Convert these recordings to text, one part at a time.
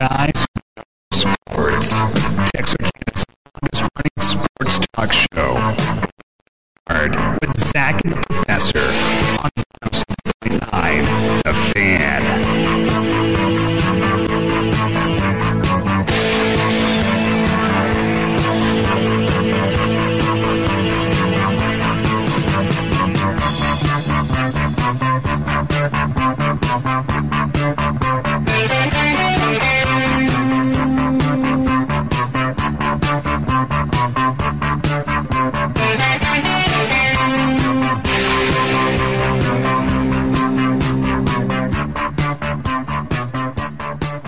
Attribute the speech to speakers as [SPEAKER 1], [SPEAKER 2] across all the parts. [SPEAKER 1] Guys Sports, Texarkana's longest running sports talk show. Hard with Zach and the Professor on 107.9 The Fan.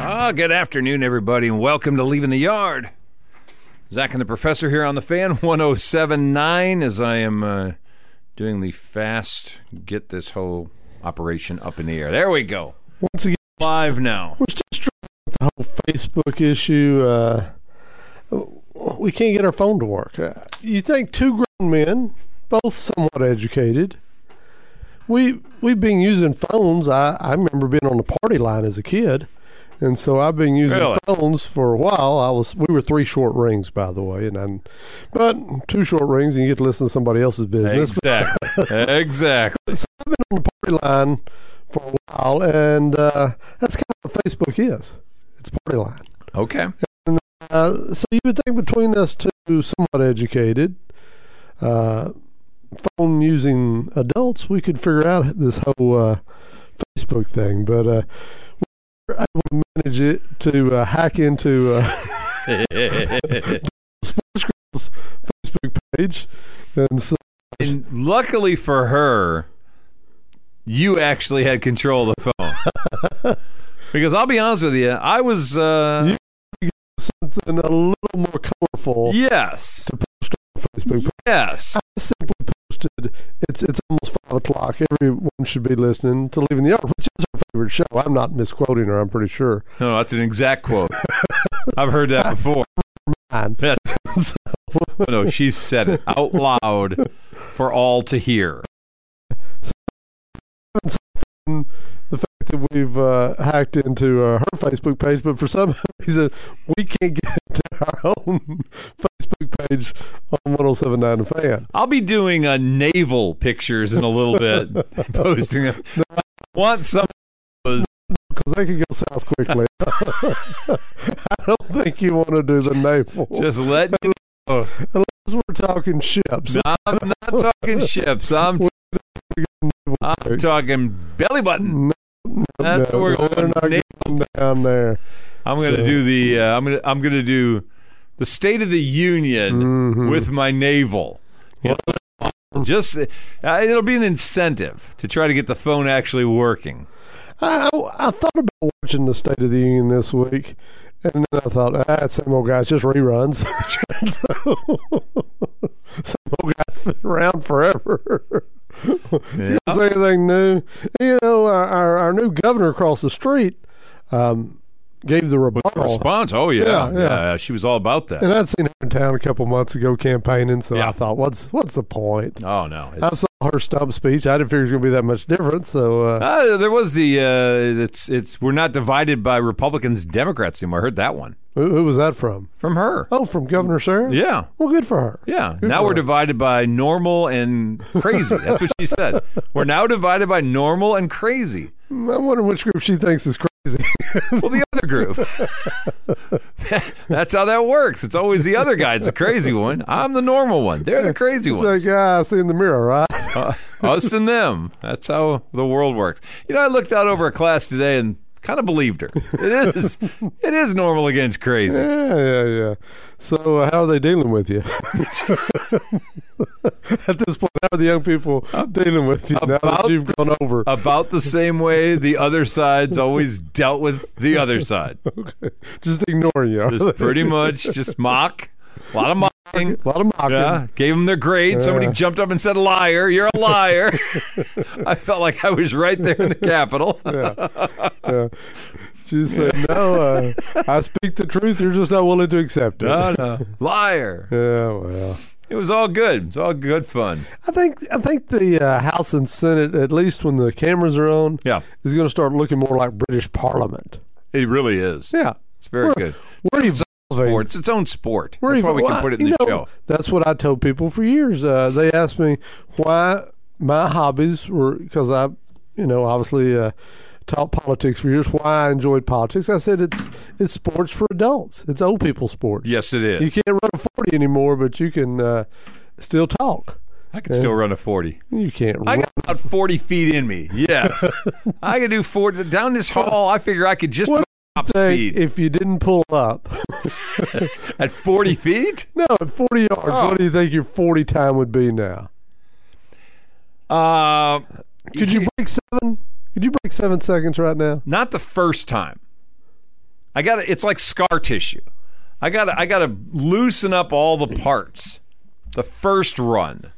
[SPEAKER 2] Ah, good afternoon, everybody, and welcome to Leaving the Yard. Zach and the Professor here on the Fan 1079 as I am uh, doing the fast get this whole operation up in the air. There we go.
[SPEAKER 3] Once again,
[SPEAKER 2] Live now.
[SPEAKER 3] we're still struggling with the whole Facebook issue. Uh, we can't get our phone to work. Uh, You think two grown men, both somewhat educated, we we've been using phones. I, I remember being on the party line as a kid, and so I've been using
[SPEAKER 2] Really?
[SPEAKER 3] phones for a while. I was we were three short rings, by the way, and i but two short rings and you get to listen to somebody else's business.
[SPEAKER 2] Exactly. exactly.
[SPEAKER 3] I've been on the party line for a while, and uh, that's kind of what Facebook is. It's party line.
[SPEAKER 2] Okay.
[SPEAKER 3] Uh, so you would think between us two somewhat educated, uh, phone using adults, we could figure out this whole uh, Facebook thing. But uh, we were able to manage it to uh, hack into uh, Sports Girls Facebook page, and so
[SPEAKER 2] and luckily for her, you actually had control of the phone. because I'll be honest with you, I was. Uh,
[SPEAKER 3] something a little more colorful
[SPEAKER 2] Yes.
[SPEAKER 3] Facebook page.
[SPEAKER 2] Yes.
[SPEAKER 3] simply posted it's it's almost five o'clock. Everyone should be listening to Leaving the Yard, which is our favorite show. I'm not misquoting her, I'm pretty sure.
[SPEAKER 2] No, that's an exact quote. I've heard that before.
[SPEAKER 3] And
[SPEAKER 2] That's- no, she said it out loud for all to hear.
[SPEAKER 3] the fact that we've uh, hacked into uh, her Facebook page, but for some reason we can't get to our own Facebook page on 1079 The Fan.
[SPEAKER 2] I'll be doing uh, naval pictures in a little bit, posting them. Want some?
[SPEAKER 3] Because they could go south quickly. I don't think you want to do the navel.
[SPEAKER 2] Just uh, let me know.
[SPEAKER 3] Unless we're talking ships.
[SPEAKER 2] I'm not talking ships. I'm I'm talking belly button.
[SPEAKER 3] No, no,
[SPEAKER 2] That's
[SPEAKER 3] no,
[SPEAKER 2] what we're
[SPEAKER 3] they're
[SPEAKER 2] going
[SPEAKER 3] not getting down there.
[SPEAKER 2] I'm gonna
[SPEAKER 3] So-
[SPEAKER 2] do the. Uh, I'm gonna. I'm gonna do the State of the Union
[SPEAKER 3] Mhm.
[SPEAKER 2] with my navel. You know? Just uh, it'll be an incentive to try to get the phone actually working.
[SPEAKER 3] I, I, I thought about watching the State of the Union this week, and then I thought, ah, same old guys, just reruns. And so, same old guys been around forever.
[SPEAKER 2] Yeah.
[SPEAKER 3] Say anything new? You know, our, our, our new governor across the street um, gave the rebuttal.
[SPEAKER 2] Response? Oh yeah,
[SPEAKER 3] Yeah, yeah.
[SPEAKER 2] Yeah, She was all about that.
[SPEAKER 3] And I'd seen her in town a couple months ago campaigning, so
[SPEAKER 2] Yeah.
[SPEAKER 3] I thought, what's what's the point?
[SPEAKER 2] Oh no. It's-
[SPEAKER 3] I saw her stump speech. I didn't figure it was going to be that much different. So uh,
[SPEAKER 2] Uh, there was the uh, it's it's we're not divided by Republicans Democrats anymore. I heard that one
[SPEAKER 3] who, who was that from?
[SPEAKER 2] from her.
[SPEAKER 3] Oh, from Governor Sarah?
[SPEAKER 2] Yeah,
[SPEAKER 3] Well, good for her.
[SPEAKER 2] yeah. now we're
[SPEAKER 3] for her.
[SPEAKER 2] divided by normal and crazy. That's what she said. We're now divided by normal and crazy.
[SPEAKER 3] I wonder which group she thinks is crazy.
[SPEAKER 2] Well, the other group. That's how that works. It's always the other guy. It's a crazy one. I'm the normal one. They're the crazy
[SPEAKER 3] it's
[SPEAKER 2] ones.
[SPEAKER 3] like, ah, I see in the mirror, right?
[SPEAKER 2] Uh, us and them. That's how the world works. You know, I looked out over a class today and kind of believed her. It is, it is normal against crazy.
[SPEAKER 3] yeah, yeah, yeah. So, uh, how are they dealing with you? At this point, how are the young people dealing with you now that
[SPEAKER 2] about
[SPEAKER 3] you've
[SPEAKER 2] the
[SPEAKER 3] gone
[SPEAKER 2] s-
[SPEAKER 3] over?
[SPEAKER 2] About the same way the other side's always dealt with the other side.
[SPEAKER 3] Just ignoring you.
[SPEAKER 2] Just pretty much just mock. A lot of mocking.
[SPEAKER 3] a lot of mocking.
[SPEAKER 2] Yeah, gave him their grade. Somebody jumped up and said, "Liar! You're a liar." I felt like I was right there in the Capitol.
[SPEAKER 3] yeah. She said, no, uh, I speak the truth. You're just not willing to accept it.
[SPEAKER 2] No, no, liar.
[SPEAKER 3] Yeah, well.
[SPEAKER 2] It was all good. It's all good fun.
[SPEAKER 3] I think I think the uh, House and Senate, at least when the cameras are on,
[SPEAKER 2] Yeah,
[SPEAKER 3] is going to start looking more like British Parliament.
[SPEAKER 2] it really is.
[SPEAKER 3] Yeah,
[SPEAKER 2] It's very
[SPEAKER 3] We're-
[SPEAKER 2] good.
[SPEAKER 3] We're evolving.
[SPEAKER 2] Sport. It's its own sport.
[SPEAKER 3] We're
[SPEAKER 2] That's why we
[SPEAKER 3] even-
[SPEAKER 2] can put it in
[SPEAKER 3] you
[SPEAKER 2] the
[SPEAKER 3] know,
[SPEAKER 2] show.
[SPEAKER 3] That's what I told people for years. Uh, they asked me why my hobbies were because I, you know, obviously uh, taught politics for years. Why I enjoyed politics, I said it's it's sports for adults. It's old people sports.
[SPEAKER 2] Yes, it is.
[SPEAKER 3] You can't run a forty anymore, but you can uh, still talk.
[SPEAKER 2] I can still run a forty.
[SPEAKER 3] You can't.
[SPEAKER 2] I
[SPEAKER 3] run.
[SPEAKER 2] got about forty feet in me. Yes, I could do forty down this hall. I figure I could just
[SPEAKER 3] What
[SPEAKER 2] top
[SPEAKER 3] Say
[SPEAKER 2] speed
[SPEAKER 3] if you didn't pull up,
[SPEAKER 2] at forty feet.
[SPEAKER 3] no, at forty yards.
[SPEAKER 2] Oh.
[SPEAKER 3] What do you think your forty time would be now?
[SPEAKER 2] Uh,
[SPEAKER 3] Could you break seven? Could you break seven seconds right now?
[SPEAKER 2] not the first time. I got to It's like scar tissue. I got to I got to loosen up all the parts. The first run,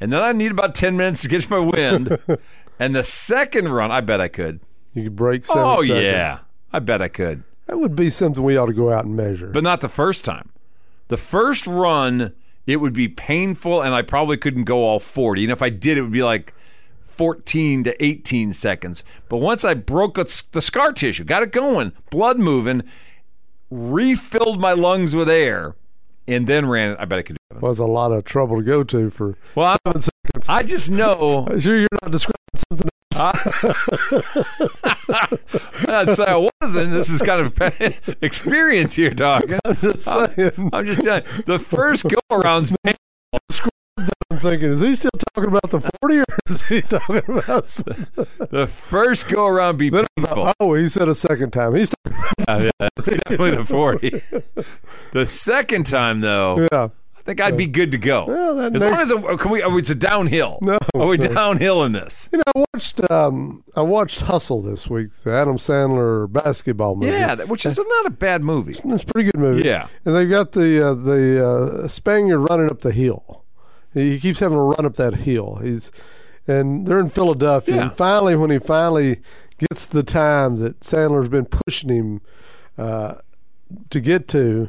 [SPEAKER 2] and then I need about ten minutes to get my wind. and the second run, I bet I could.
[SPEAKER 3] You could break seven.
[SPEAKER 2] Oh
[SPEAKER 3] seconds.
[SPEAKER 2] yeah, I bet I could.
[SPEAKER 3] That would be something we ought to go out and measure.
[SPEAKER 2] but not the first time. The first run, it would be painful, and I probably couldn't go all 40. And if I did, it would be like 14 to 18 seconds. But once I broke the the scar tissue, got it going, blood moving, refilled my lungs with air, and then ran it, I bet I could do it.
[SPEAKER 3] was a lot of trouble to go to for
[SPEAKER 2] Well, I,
[SPEAKER 3] seven seconds.
[SPEAKER 2] I just know
[SPEAKER 3] I'm sure you're not describing something.
[SPEAKER 2] I'd say I wasn't. This is kind of experience here, dog. I'm just
[SPEAKER 3] saying.
[SPEAKER 2] I'm just telling you, the first go around's
[SPEAKER 3] I'm thinking, is he still talking about the 40 or is he talking about. something?
[SPEAKER 2] the first go around be painful.
[SPEAKER 3] Oh, he said a second time. He's talking,
[SPEAKER 2] yeah, that's definitely the 40. The second time, though,
[SPEAKER 3] yeah.
[SPEAKER 2] I think I'd be good to go.
[SPEAKER 3] Well, that
[SPEAKER 2] as long
[SPEAKER 3] makes-
[SPEAKER 2] as I'm, can we, oh, it's a downhill.
[SPEAKER 3] No.
[SPEAKER 2] Are we downhill in this?
[SPEAKER 3] You know, I watched um, I watched Hustle this week, the Adam Sandler basketball movie.
[SPEAKER 2] Yeah, that- which is not a bad movie.
[SPEAKER 3] It's a pretty good movie.
[SPEAKER 2] Yeah.
[SPEAKER 3] And they've got the uh, the uh, Spaniard running up the hill. He he keeps having to run up that hill. He's and they're in Philadelphia.
[SPEAKER 2] Yeah.
[SPEAKER 3] And finally, when he finally gets the time that Sandler's been pushing him uh, to get to,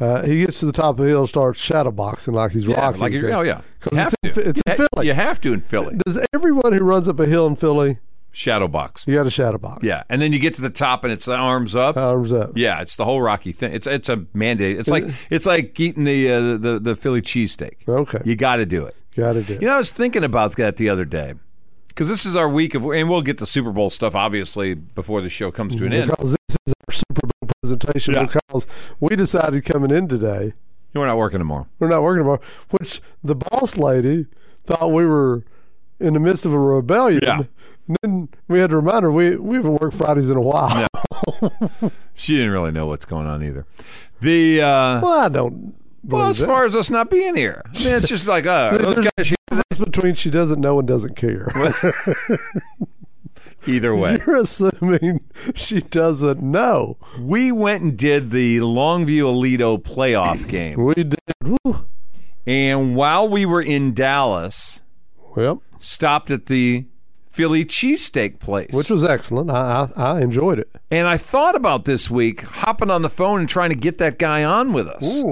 [SPEAKER 3] uh, he gets to the top of the hill and starts shadowboxing like he's
[SPEAKER 2] Yeah,
[SPEAKER 3] Rocky.
[SPEAKER 2] like you're, oh, yeah. You have
[SPEAKER 3] it's in-
[SPEAKER 2] to.
[SPEAKER 3] it's in
[SPEAKER 2] You ha-
[SPEAKER 3] Philly.
[SPEAKER 2] You have to in Philly.
[SPEAKER 3] Does everyone who runs up a hill in Philly,
[SPEAKER 2] Shadow box.
[SPEAKER 3] you got a shadowbox?
[SPEAKER 2] Yeah. And then you get to the top and it's the arms up.
[SPEAKER 3] Arms up.
[SPEAKER 2] yeah, it's the whole Rocky thing. It's it's a mandate. It's like it's like eating the uh, the the Philly cheesesteak.
[SPEAKER 3] Okay.
[SPEAKER 2] You got to do it.
[SPEAKER 3] Got to do. it.
[SPEAKER 2] You know, I was thinking about that the other day because this is our week of, and we'll get to Super Bowl stuff obviously before the show comes to an end.
[SPEAKER 3] because this is our Super Bowl presentation
[SPEAKER 2] Yeah.
[SPEAKER 3] because we decided coming in today
[SPEAKER 2] We're not working tomorrow.
[SPEAKER 3] we're not working tomorrow, which the boss lady thought we were in the midst of a rebellion.
[SPEAKER 2] Yeah.
[SPEAKER 3] And then we had to remind her we, we haven't worked Fridays in a while.
[SPEAKER 2] She didn't really know what's going on either. The uh,
[SPEAKER 3] Well, I don't believe
[SPEAKER 2] well, as
[SPEAKER 3] that.
[SPEAKER 2] far as us not being here, I mean, it's just like uh, those guys.
[SPEAKER 3] It's between she doesn't know and doesn't care.
[SPEAKER 2] Either way,
[SPEAKER 3] You're assuming she doesn't know.
[SPEAKER 2] we went and did the Longview Alito playoff game,
[SPEAKER 3] We did. Whew.
[SPEAKER 2] and while we were in Dallas,
[SPEAKER 3] Well,
[SPEAKER 2] stopped at the Philly cheesesteak place,
[SPEAKER 3] which was excellent. I, I, I enjoyed it.
[SPEAKER 2] and I thought about this week hopping on the phone and trying to get that guy on with us.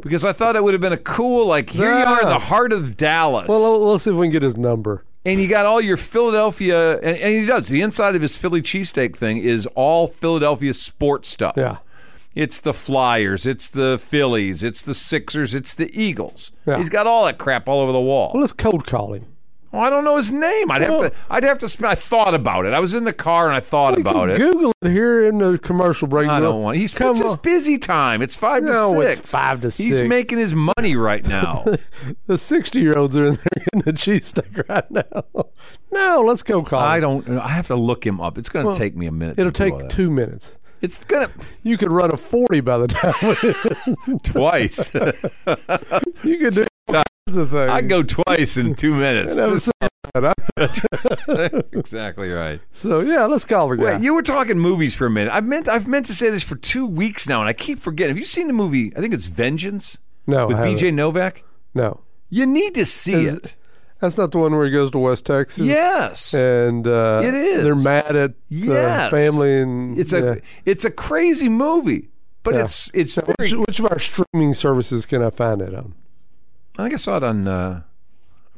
[SPEAKER 2] because I thought it would have been a cool like here you are in the
[SPEAKER 3] Yeah.
[SPEAKER 2] heart of Dallas,
[SPEAKER 3] Well, let's see if we can get his number.
[SPEAKER 2] and you got all your Philadelphia, and, and he does the inside of his Philly cheesesteak thing is all Philadelphia sports stuff.
[SPEAKER 3] Yeah.
[SPEAKER 2] it's the Flyers, it's the Phillies, it's the Sixers, it's the Eagles.
[SPEAKER 3] Yeah.
[SPEAKER 2] He's got all that crap all over the wall.
[SPEAKER 3] Well, let's cold call him.
[SPEAKER 2] Well, I don't know his name. I'd have
[SPEAKER 3] Well-
[SPEAKER 2] to. I'd have to. Spend, I thought about it. I was in the car and I thought
[SPEAKER 3] You
[SPEAKER 2] about
[SPEAKER 3] can
[SPEAKER 2] it.
[SPEAKER 3] Google it here in the commercial break.
[SPEAKER 2] I don't
[SPEAKER 3] Well,
[SPEAKER 2] want. He's
[SPEAKER 3] come
[SPEAKER 2] it's his
[SPEAKER 3] on.
[SPEAKER 2] busy time. It's five
[SPEAKER 3] No,
[SPEAKER 2] to
[SPEAKER 3] it's
[SPEAKER 2] six.
[SPEAKER 3] five to
[SPEAKER 2] He's
[SPEAKER 3] six.
[SPEAKER 2] making his money right now.
[SPEAKER 3] The sixty-year-olds are in there getting a cheesesteak right now. No, let's go call.
[SPEAKER 2] I
[SPEAKER 3] him.
[SPEAKER 2] don't. I have to look him up. It's going to take me a minute. to
[SPEAKER 3] It'll
[SPEAKER 2] do all
[SPEAKER 3] take
[SPEAKER 2] that.
[SPEAKER 3] two minutes.
[SPEAKER 2] It's going
[SPEAKER 3] You could run a forty by the time
[SPEAKER 2] to twice.
[SPEAKER 3] you could do all kinds of things.
[SPEAKER 2] I can go twice in two minutes.
[SPEAKER 3] And I was saying that. I-
[SPEAKER 2] exactly right.
[SPEAKER 3] So yeah, let's call the guy.
[SPEAKER 2] Wait, you were talking movies for a minute. I've meant I've meant to say this for two weeks now, and I keep forgetting. Have you seen the movie? I think it's Vengeance
[SPEAKER 3] no,
[SPEAKER 2] with
[SPEAKER 3] I haven't.
[SPEAKER 2] B.J. Novak.
[SPEAKER 3] No,
[SPEAKER 2] You need to see
[SPEAKER 3] Is-
[SPEAKER 2] it.
[SPEAKER 3] that's not the one where he goes to West Texas.
[SPEAKER 2] Yes.
[SPEAKER 3] and uh,
[SPEAKER 2] It is.
[SPEAKER 3] They're mad at the
[SPEAKER 2] Yes.
[SPEAKER 3] family and
[SPEAKER 2] It's
[SPEAKER 3] yeah.
[SPEAKER 2] a it's a crazy movie, but
[SPEAKER 3] Yeah.
[SPEAKER 2] it's it's very.
[SPEAKER 3] Which, which of our streaming services can I find it on?
[SPEAKER 2] I think I saw it on uh,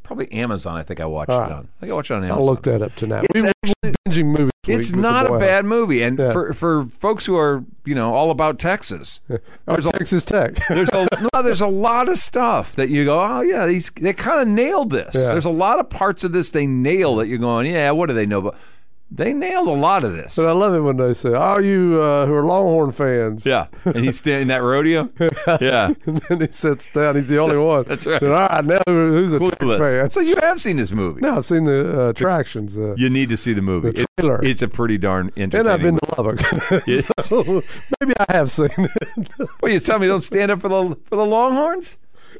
[SPEAKER 2] probably Amazon. I think I watched
[SPEAKER 3] All
[SPEAKER 2] it
[SPEAKER 3] right.
[SPEAKER 2] on. I think I watched it on
[SPEAKER 3] Ah. I'll
[SPEAKER 2] Amazon.
[SPEAKER 3] look that up tonight.
[SPEAKER 2] It's
[SPEAKER 3] we
[SPEAKER 2] actually-
[SPEAKER 3] challenging movie. this
[SPEAKER 2] It's
[SPEAKER 3] week with The
[SPEAKER 2] not a
[SPEAKER 3] Boy
[SPEAKER 2] bad movie, and
[SPEAKER 3] Yeah.
[SPEAKER 2] for for folks who are you know all about Texas,
[SPEAKER 3] Hot. Or Texas Tech.
[SPEAKER 2] there's a no, there's a lot of stuff that you go, oh yeah, these they kind of nailed this.
[SPEAKER 3] Yeah.
[SPEAKER 2] There's a lot of parts of this they nail that you're going, yeah, what do they know? But they nailed a lot of this.
[SPEAKER 3] But I love it when they say, "All you uh, who are Longhorn fans."
[SPEAKER 2] yeah, and he's standing that rodeo. Yeah,
[SPEAKER 3] And then he sits down. He's the only one.
[SPEAKER 2] That's right.
[SPEAKER 3] Then, all right, now who- who's a Tech fan?
[SPEAKER 2] clueless. So you have seen this movie.
[SPEAKER 3] No, I've seen the uh, attractions. Uh,
[SPEAKER 2] You need to see the movie.
[SPEAKER 3] The
[SPEAKER 2] It-
[SPEAKER 3] trailer.
[SPEAKER 2] it's a pretty darn
[SPEAKER 3] and
[SPEAKER 2] entertaining.
[SPEAKER 3] I've been to Lubbock.
[SPEAKER 2] Yeah.
[SPEAKER 3] so maybe I have seen it.
[SPEAKER 2] Well, you tell me they don't stand up for the for the Longhorns?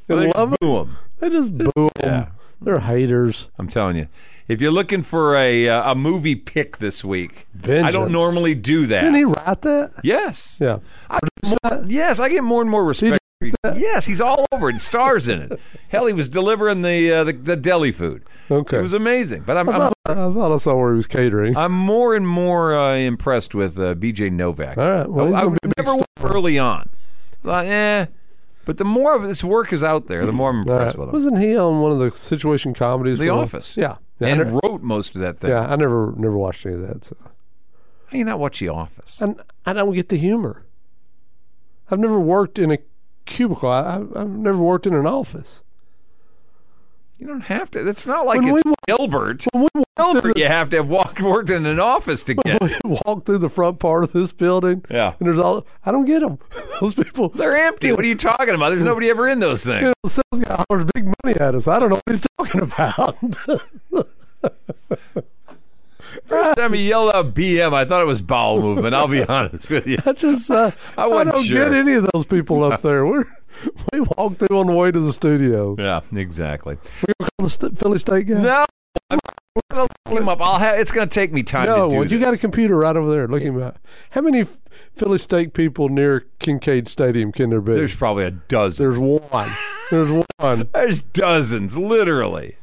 [SPEAKER 2] Well, they just
[SPEAKER 3] Lubbock?
[SPEAKER 2] boo 'em.
[SPEAKER 3] they just boo 'em.
[SPEAKER 2] Yeah.
[SPEAKER 3] They're haters.
[SPEAKER 2] I'm telling you. If you're looking for a uh, a movie pick this week, I
[SPEAKER 3] Vengeance.
[SPEAKER 2] don't normally do that.
[SPEAKER 3] Didn't he write that?
[SPEAKER 2] yes.
[SPEAKER 3] Yeah.
[SPEAKER 2] Yes, I get more and more respect. Yes, he's all over it. Stars in it. Hell, he was delivering the uh, the, the deli food.
[SPEAKER 3] Okay.
[SPEAKER 2] It was amazing. But I'm
[SPEAKER 3] I
[SPEAKER 2] I'm,
[SPEAKER 3] thought, I thought I saw where he was catering.
[SPEAKER 2] I'm more and more uh, impressed with uh, BJ Novak.
[SPEAKER 3] All right. Well, he's
[SPEAKER 2] I, I
[SPEAKER 3] gonna be a big
[SPEAKER 2] never was early on. Like, eh. But the more of his work is out there, the more I'm
[SPEAKER 3] All right.
[SPEAKER 2] impressed with him.
[SPEAKER 3] Wasn't he on one of the situation comedies?
[SPEAKER 2] The
[SPEAKER 3] where-
[SPEAKER 2] Office.
[SPEAKER 3] Yeah. Yeah, I
[SPEAKER 2] And
[SPEAKER 3] never,
[SPEAKER 2] wrote most of that thing.
[SPEAKER 3] yeah. I never never watched any of that. So.
[SPEAKER 2] How do you not watch The Office?
[SPEAKER 3] And I don't get the humor. I've never worked in a cubicle. I, I, I've never worked in an office.
[SPEAKER 2] You don't have to. It's not like
[SPEAKER 3] When we
[SPEAKER 2] it's Gilbert.
[SPEAKER 3] When we walked through,
[SPEAKER 2] You have to have walked, worked in an office to get.
[SPEAKER 3] the, we walked through the front part of this building,
[SPEAKER 2] Yeah.
[SPEAKER 3] and there's all I don't get them. Those people,
[SPEAKER 2] They're empty. What are you talking about? There's nobody ever in those things.
[SPEAKER 3] you know, the sales guy hollers big money at us. I don't know what he's talking about.
[SPEAKER 2] First time he yelled out BM, I thought it was bowel movement. I'll be honest with you.
[SPEAKER 3] I just uh,
[SPEAKER 2] I
[SPEAKER 3] I,
[SPEAKER 2] wasn't
[SPEAKER 3] don't
[SPEAKER 2] sure.
[SPEAKER 3] get any of those people up there. We're, we walked through on the way to the studio.
[SPEAKER 2] Yeah, exactly.
[SPEAKER 3] The St- Philly State guy.
[SPEAKER 2] No, I'm gonna look him up. I'll have. It's gonna take me time
[SPEAKER 3] No,
[SPEAKER 2] to do
[SPEAKER 3] well, you got a
[SPEAKER 2] this.
[SPEAKER 3] computer right over there. Look him up. How many F- Philly State people near Kincaid Stadium can there be?
[SPEAKER 2] There's probably a dozen.
[SPEAKER 3] There's one. There's one
[SPEAKER 2] There's dozens, literally.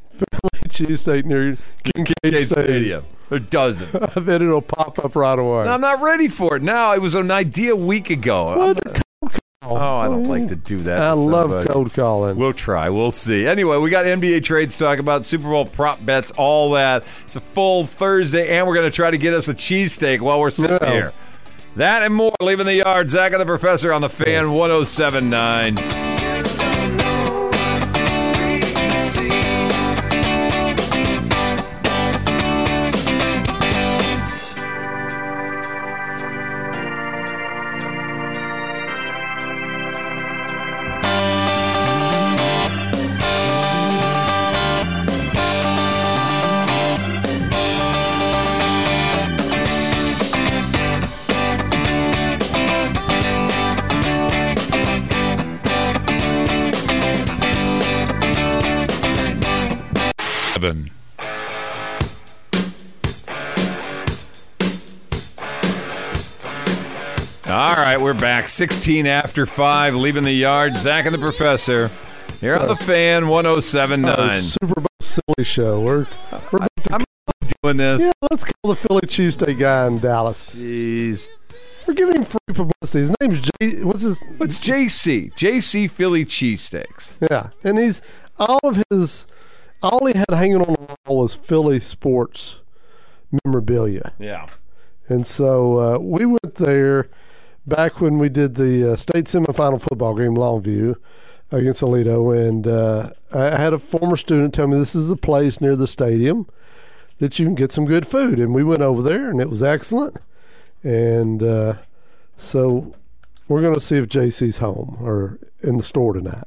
[SPEAKER 3] cheese steak near Kincaid,
[SPEAKER 2] Gate
[SPEAKER 3] Stadium.
[SPEAKER 2] Stadium. There are dozens.
[SPEAKER 3] I bet it'll pop up right away.
[SPEAKER 2] I'm not ready for it now. It was an idea a week ago.
[SPEAKER 3] What?
[SPEAKER 2] Oh, I don't like to do that.
[SPEAKER 3] I
[SPEAKER 2] to
[SPEAKER 3] love
[SPEAKER 2] somebody.
[SPEAKER 3] cold calling.
[SPEAKER 2] We'll try. We'll see. Anyway, we got NBA trades to talk about, Super Bowl prop bets, all that. It's a full Thursday, and we're going to try to get us a cheesesteak while we're sitting
[SPEAKER 3] Yeah.
[SPEAKER 2] here. That and more. Leaving the yard. Zach and the Professor on the fan 1079. seven. All right, we're back. 16 after 5, leaving the yard. Zach and the Professor. Here on the fan, 1079.
[SPEAKER 3] Oh, Super Bowl silly show. We're, we're
[SPEAKER 2] doing this.
[SPEAKER 3] yeah, let's call the Philly cheesesteak guy in Dallas.
[SPEAKER 2] Jeez.
[SPEAKER 3] We're giving him free publicity. His name's Jay. What's his?
[SPEAKER 2] What's JC? JC Philly cheesesteaks.
[SPEAKER 3] Yeah, and he's all of his, all he had hanging on the wall was Philly sports memorabilia,
[SPEAKER 2] Yeah.
[SPEAKER 3] and so uh, we went there back when we did the uh, state semifinal football game, Longview against Alito, and uh, I had a former student tell me this is a place near the stadium that you can get some good food, and we went over there, and it was excellent, and uh, so. We're going to see if JC's home or in the store tonight.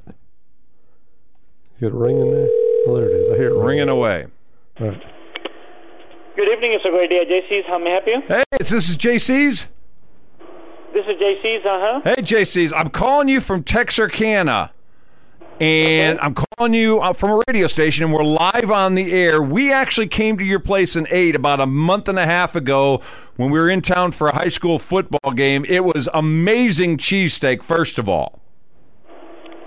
[SPEAKER 3] You got a ring in there? Well, there it is. I hear it
[SPEAKER 2] Ringing away.
[SPEAKER 3] All right.
[SPEAKER 4] Good evening, it's a great day. JC's, how may I help you?
[SPEAKER 2] Hey, is this is JC's?
[SPEAKER 4] This is JC's, uh huh.
[SPEAKER 2] Hey, JC's, I'm calling you from Texarkana. And I'm calling you uh, from a radio station, and we're live on the air. We actually came to your place and ate about a month and a half ago when we were in town for a high school football game. It was amazing cheesesteak, first of all.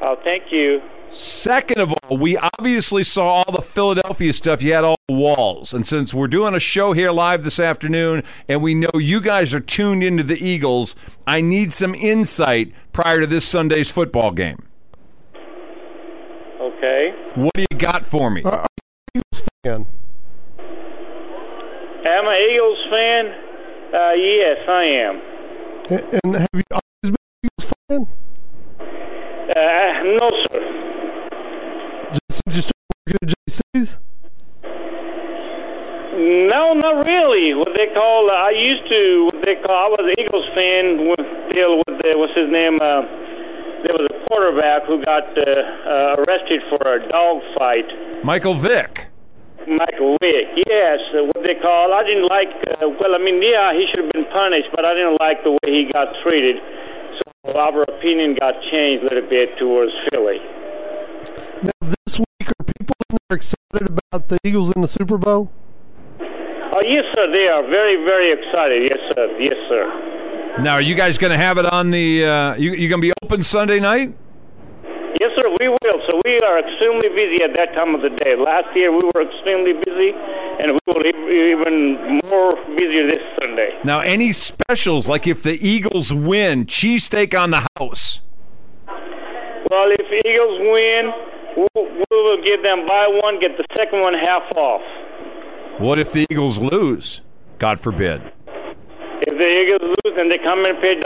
[SPEAKER 4] Oh, thank you.
[SPEAKER 2] Second of all, we obviously saw all the Philadelphia stuff you had all the walls. And since we're doing a show here live this afternoon and we know you guys are tuned into the Eagles, I need some insight prior to this Sunday's football game.
[SPEAKER 4] Okay.
[SPEAKER 2] What do you got for me?
[SPEAKER 3] Fan.
[SPEAKER 4] Uh, Am I Eagles fan? Uh, yes, I am.
[SPEAKER 3] A- And have you always been an Eagles fan?
[SPEAKER 4] Uh, no, sir.
[SPEAKER 3] Just since you started working at JC's?
[SPEAKER 4] No, not really. What they call, uh, I used to, what they call, I was an Eagles fan with, till with the, what's his name? Uh, there was a quarterback who got uh, uh, arrested for a dog fight.
[SPEAKER 2] Michael Vick.
[SPEAKER 4] Michael Vick, yes, uh, what they call. I didn't like. Uh, well, I mean, yeah, he should have been punished, but I didn't like the way he got treated. So our opinion got changed a little bit towards Philly.
[SPEAKER 3] Now, this week, are people in there excited about the Eagles in the Super Bowl?
[SPEAKER 4] Oh yes, sir. They are very, very excited. Yes, sir. Yes, sir.
[SPEAKER 2] Now, are you guys going to have it on the? Uh, you you going to be open Sunday night?
[SPEAKER 4] Yes, sir. We will. So we are extremely busy at that time of the day. Last year we were extremely busy, and we will e- even more busy this Sunday.
[SPEAKER 2] Now, any specials like if the Eagles win, cheesesteak on the house.
[SPEAKER 4] Well, if Eagles win, we'll, we will give them buy one, get the second one half off.
[SPEAKER 2] What if the Eagles lose? God forbid.
[SPEAKER 4] If the Eagles lose, then they come and pay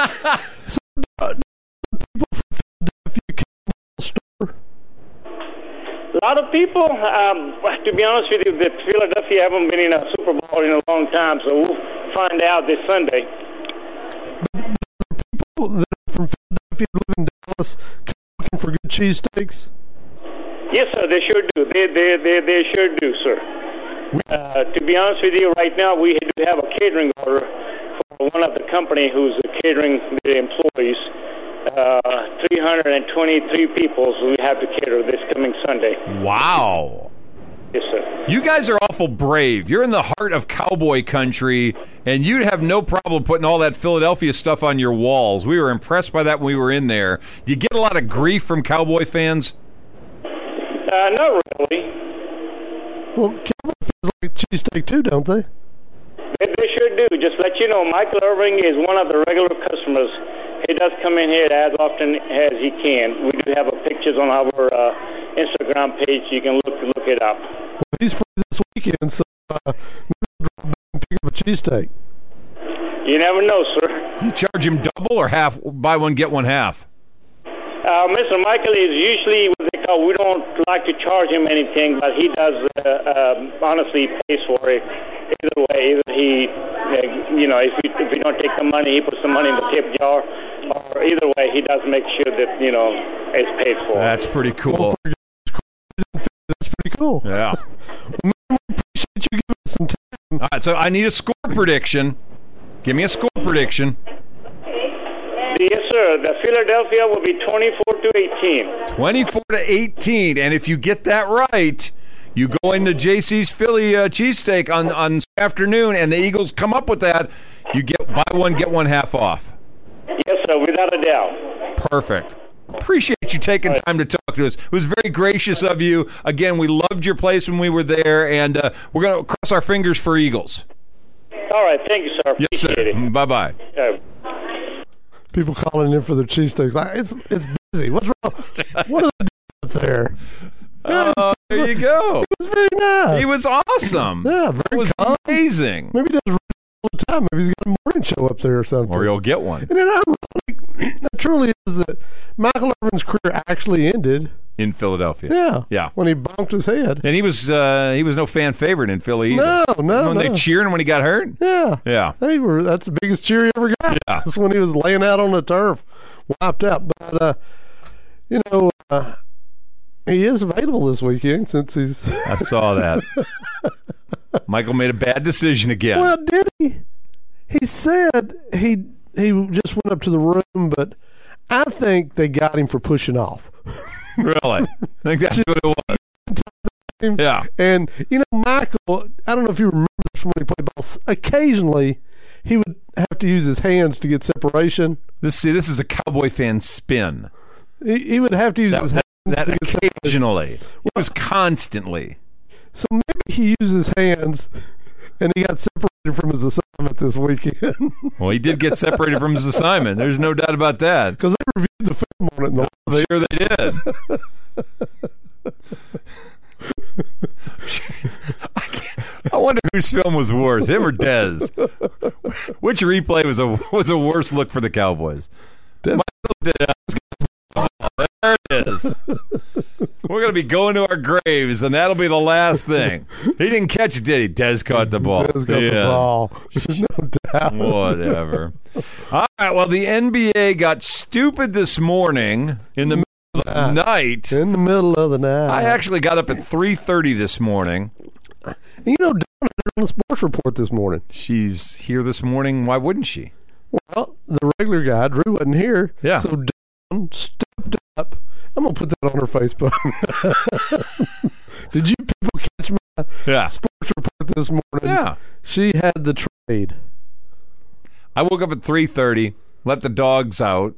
[SPEAKER 4] double.
[SPEAKER 3] If you can, store.
[SPEAKER 4] A lot of people, um, to be honest with you, the Philadelphia haven't been in a Super Bowl in a long time, so we'll find out this Sunday.
[SPEAKER 3] people that are from Philadelphia who live in Dallas come looking for good cheesesteaks.
[SPEAKER 4] Yes, sir, they sure do. They, they, they, they sure do, sir. Uh, to be honest with you, right now we do have a catering order for one of the company who's catering the employees. Uh, 323 people so we have to cater this coming Sunday.
[SPEAKER 2] Wow.
[SPEAKER 4] Yes, sir.
[SPEAKER 2] You guys are awful brave. You're in the heart of cowboy country, and you'd have no problem putting all that Philadelphia stuff on your walls. We were impressed by that when we were in there. Do you get a lot of grief from cowboy fans?
[SPEAKER 4] Uh, not really.
[SPEAKER 3] Well, cowboy fans like cheesesteak too, don't they?
[SPEAKER 4] They, they sure do. Just let you know, Michael Irving is one of the regular customers. He does come in here as often as he can. We do have a pictures on our uh, Instagram page. You can look look it up.
[SPEAKER 3] Well, he's free this weekend, so uh, maybe I'll drop by and pick up a cheesesteak.
[SPEAKER 4] You never know, sir.
[SPEAKER 2] You charge him double or half, buy one, get one half?
[SPEAKER 4] Uh, Mr. Michael is usually what they call. We don't like to charge him anything, but he does uh, um honestly pays for it. Either way, either he, uh, you know, if we, if we don't take the money, he puts the money in the tip jar, or either way, he does make sure that you know it's paid for.
[SPEAKER 2] That's pretty cool.
[SPEAKER 3] That's pretty cool.
[SPEAKER 2] Yeah.
[SPEAKER 3] Appreciate you giving us some time.
[SPEAKER 2] All right, so I need a score prediction. Give me a score prediction.
[SPEAKER 4] Yes, sir. The Philadelphia will be 24 to 18.
[SPEAKER 2] 24 to 18. And if you get that right, you go into JC's Philly uh, cheesesteak on, on afternoon, and the Eagles come up with that. You get buy one, get one half off.
[SPEAKER 4] Yes, sir. Without a doubt.
[SPEAKER 2] Perfect. Appreciate you taking time to talk to us. It was very gracious of you. Again, we loved your place when we were there, and uh, we're going to cross our fingers for Eagles.
[SPEAKER 4] All right. Thank you, sir.
[SPEAKER 2] Yes, sir. Mm.
[SPEAKER 4] Appreciate it.
[SPEAKER 2] Bye bye.
[SPEAKER 4] Uh,
[SPEAKER 3] People calling in for their cheesesteaks. Like, it's it's busy. What's wrong? What are they doing up there? Yeah,
[SPEAKER 2] Oh, there you go.
[SPEAKER 3] It's very nice.
[SPEAKER 2] He was awesome.
[SPEAKER 3] yeah,
[SPEAKER 2] It
[SPEAKER 3] very
[SPEAKER 2] was
[SPEAKER 3] calm.
[SPEAKER 2] amazing.
[SPEAKER 3] Maybe he does radio all the time. Maybe he's got a morning show up there or something.
[SPEAKER 2] Or you'll get one
[SPEAKER 3] And it ironic, it truly is that Michael Irvin's career actually ended.
[SPEAKER 2] in Philadelphia.
[SPEAKER 3] Yeah.
[SPEAKER 2] Yeah.
[SPEAKER 3] When he bonked his head.
[SPEAKER 2] And he was uh, he was no fan favorite in Philly.
[SPEAKER 3] No,
[SPEAKER 2] Either.
[SPEAKER 3] no,
[SPEAKER 2] When they
[SPEAKER 3] no.
[SPEAKER 2] cheering when he got hurt.
[SPEAKER 3] Yeah.
[SPEAKER 2] Yeah.
[SPEAKER 3] They were, that's the biggest cheer he ever got.
[SPEAKER 2] Yeah.
[SPEAKER 3] That's when he was laying out on the turf, wiped out. But, uh, you know, uh, he is available this weekend since he's.
[SPEAKER 2] I saw that. Michael made a bad decision again.
[SPEAKER 3] well, did he? He said he he just went up to the room, but I think they got him for pushing off.
[SPEAKER 2] Really? I think that's what it was. Yeah.
[SPEAKER 3] And you know, Michael, I don't know if you remember this from when he played ball. s- Occasionally, he would have to use his hands to get separation.
[SPEAKER 2] This see, this is a cowboy fan spin.
[SPEAKER 3] He, he would have to use
[SPEAKER 2] That
[SPEAKER 3] his
[SPEAKER 2] that,
[SPEAKER 3] hands.
[SPEAKER 2] that
[SPEAKER 3] to get separation.
[SPEAKER 2] occasionally. It was constantly.
[SPEAKER 3] So maybe he used his hands, and he got separated from his assignment this weekend
[SPEAKER 2] Well, he did get separated from his assignment. There's no doubt about that.
[SPEAKER 3] because they reviewed the film on it. And the,
[SPEAKER 2] I'm sure they did. wonder whose film was worse, him or Dez. Which replay was a was a worse look for the Cowboys?
[SPEAKER 3] Dez-
[SPEAKER 2] Michael Dez. There it is. We're gonna be going to our graves, and that'll be the last thing. He didn't catch it, did he? Dez caught the ball.
[SPEAKER 3] Dez got
[SPEAKER 2] Yeah.
[SPEAKER 3] the ball. There's no doubt.
[SPEAKER 2] Whatever. All right. Well, the NBA got stupid this morning in the middle of the night.
[SPEAKER 3] In the middle of the night.
[SPEAKER 2] I actually got up at three thirty this morning.
[SPEAKER 3] you know, Dawn had it on the sports report this morning.
[SPEAKER 2] She's here this morning. Why wouldn't she?
[SPEAKER 3] Well, the regular guy, Drew, wasn't here.
[SPEAKER 2] Yeah.
[SPEAKER 3] So Dawn stepped up. I'm going to put that on her Facebook. Did you people catch my
[SPEAKER 2] Yeah.
[SPEAKER 3] sports report this morning?
[SPEAKER 2] Yeah.
[SPEAKER 3] She had the trade.
[SPEAKER 2] I woke up at three thirty. Let the dogs out.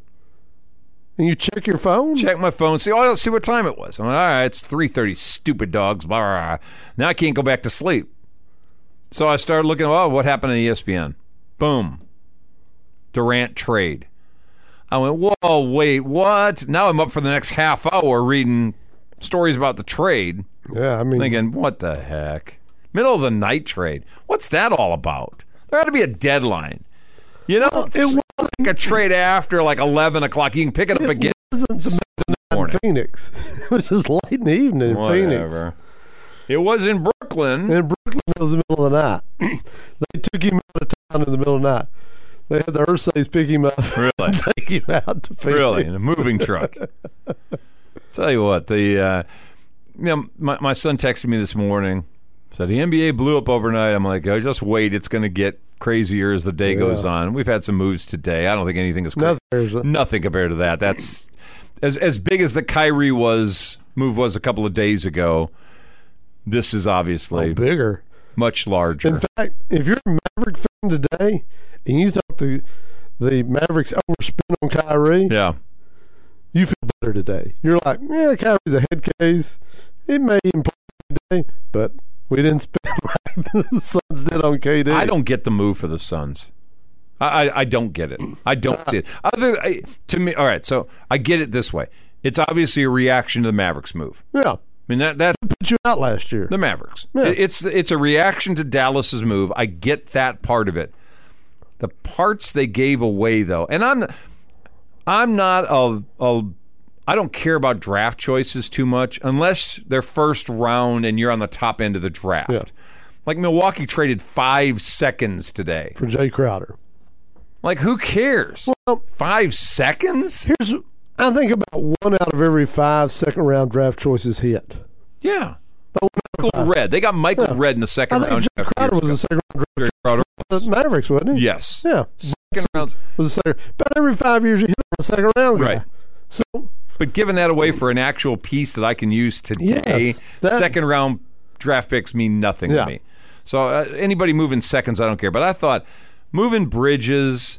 [SPEAKER 3] And you check your phone?
[SPEAKER 2] Check my phone. See, oh, see what time it was. I'm like, all right, it's three thirty. Stupid dogs. Blah, blah, blah. Now I can't go back to sleep. So I started looking. Oh, what happened on ESPN? Boom. Durant trade. I went. Whoa, wait, what? Now I'm up for the next half hour reading stories about the trade,
[SPEAKER 3] Yeah, I mean,
[SPEAKER 2] thinking, what the heck? Middle of the night trade. What's that all about? There ought to be a deadline. You know, "Oh, it's like a trade after like eleven o'clock. You can pick it up again.
[SPEAKER 3] it wasn't the middle of the night in Phoenix. It was just late in the evening in Phoenix.
[SPEAKER 2] Whatever. It was in Brooklyn.
[SPEAKER 3] And Brooklyn it was the middle of the night. they took him out of town in the middle of the night. They had the Ursays pick him up
[SPEAKER 2] Really?
[SPEAKER 3] and take him out to Phoenix.
[SPEAKER 2] Really, in a moving truck. Tell you what, the uh, you know, my my son texted me this morning. Said the NBA blew up overnight. I'm like, oh, just wait. It's going to get crazier as the day goes on. We've had some moves today. I don't think anything is crazy.
[SPEAKER 3] Nothing, there's a-
[SPEAKER 2] Nothing compared to that. That's as as big as the Kyrie was move was a couple of days ago. This is obviously
[SPEAKER 3] Bigger.
[SPEAKER 2] much larger.
[SPEAKER 3] Oh, In fact, if you're a Maverick fan today and you thought the the Mavericks overspent on Kyrie,
[SPEAKER 2] yeah.
[SPEAKER 3] you feel better today. You're like, yeah, Kyrie's a head case. It may improve today, but we didn't spend like the Suns did on KD.
[SPEAKER 2] I don't get the move for the Suns. I, I, I don't get it. I don't see it. Other I, to me, all right. So I get it this way. It's obviously a reaction to the Mavericks move.
[SPEAKER 3] Yeah,
[SPEAKER 2] I mean that that
[SPEAKER 3] put you out last year.
[SPEAKER 2] the Mavericks.
[SPEAKER 3] Yeah.
[SPEAKER 2] It- it's it's a reaction to Dallas's move. I get that part of it. The parts they gave away though, and I'm I'm not a, a I don't care about draft choices too much unless they're first round and you're on the top end of the draft.
[SPEAKER 3] Yeah.
[SPEAKER 2] Like Milwaukee traded five seconds today.
[SPEAKER 3] For Jay Crowder.
[SPEAKER 2] Like, who cares?
[SPEAKER 3] Well-
[SPEAKER 2] Five seconds?
[SPEAKER 3] Here's, I think about one out of every five second round draft choices hit.
[SPEAKER 2] Yeah. Michael Red. They got Michael Red in the
[SPEAKER 3] I
[SPEAKER 2] second
[SPEAKER 3] think
[SPEAKER 2] round.
[SPEAKER 3] Jay
[SPEAKER 2] draft
[SPEAKER 3] Crowder
[SPEAKER 2] years
[SPEAKER 3] was the second round draft
[SPEAKER 2] ago. Crowder.
[SPEAKER 3] choice. for The Mavericks, wasn't he?
[SPEAKER 2] Yes.
[SPEAKER 3] Yeah.
[SPEAKER 2] Second round.
[SPEAKER 3] Was the second. About every five years, you hit on the second round guy.
[SPEAKER 2] Right.
[SPEAKER 3] So,
[SPEAKER 2] But giving that away for an actual piece that I can use today,
[SPEAKER 3] Yes, that-
[SPEAKER 2] second round draft picks mean nothing
[SPEAKER 3] Yeah.
[SPEAKER 2] to me. So uh, anybody moving seconds, I don't care. But I thought moving Bridges,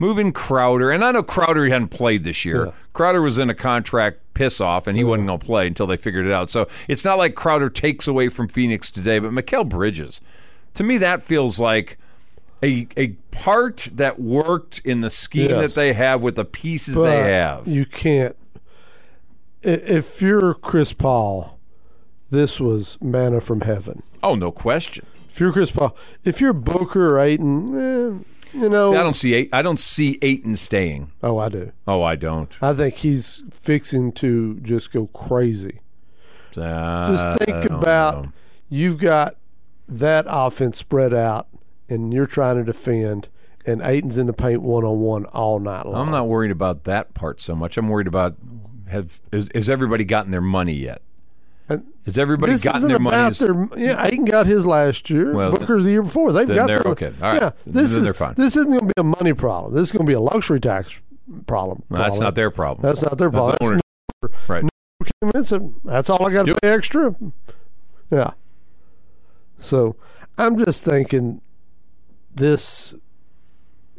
[SPEAKER 2] moving Crowder, and I know Crowder hadn't played this year. Crowder was in a contract piss off, and he wasn't going to play until they figured it out. So it's not like Crowder takes away from Phoenix today, but Mikel Bridges, to me, that feels like. A, a part that worked in the scheme
[SPEAKER 3] Yes.
[SPEAKER 2] that they have with the pieces
[SPEAKER 3] but
[SPEAKER 2] they have.
[SPEAKER 3] You can't. i- If you're Chris Paul, this was manna from heaven.
[SPEAKER 2] Oh, no question.
[SPEAKER 3] If you're Chris Paul, if you're Booker or Ayton, eh, you know.
[SPEAKER 2] See, I don't see eight. I don't see Aiton staying.
[SPEAKER 3] oh, I do.
[SPEAKER 2] Oh, I don't.
[SPEAKER 3] I think he's fixing to just go crazy.
[SPEAKER 2] Uh,
[SPEAKER 3] just
[SPEAKER 2] I
[SPEAKER 3] think
[SPEAKER 2] don't
[SPEAKER 3] about
[SPEAKER 2] know.
[SPEAKER 3] you've got that offense spread out and you're trying to defend and Aiton's in the paint one on one all night long.
[SPEAKER 2] I'm not worried about that part so much. I'm worried about have is, has everybody gotten their money yet?
[SPEAKER 3] And
[SPEAKER 2] Has everybody
[SPEAKER 3] this
[SPEAKER 2] gotten
[SPEAKER 3] isn't
[SPEAKER 2] their money?
[SPEAKER 3] about their yeah. Aiton got his last year.
[SPEAKER 2] Well,
[SPEAKER 3] Booker the year before. They've
[SPEAKER 2] then
[SPEAKER 3] got
[SPEAKER 2] they're
[SPEAKER 3] their,
[SPEAKER 2] okay. All right.
[SPEAKER 3] Yeah, this
[SPEAKER 2] Then
[SPEAKER 3] is
[SPEAKER 2] they're fine.
[SPEAKER 3] this isn't going to be a money problem. This is going to be a luxury tax problem.
[SPEAKER 2] No, that's
[SPEAKER 3] problem.
[SPEAKER 2] not their problem.
[SPEAKER 3] That's not their problem.
[SPEAKER 2] That's owner- right.
[SPEAKER 3] That's- that's, that's all I got to
[SPEAKER 2] Do
[SPEAKER 3] pay extra. Yeah. So I'm just thinking this,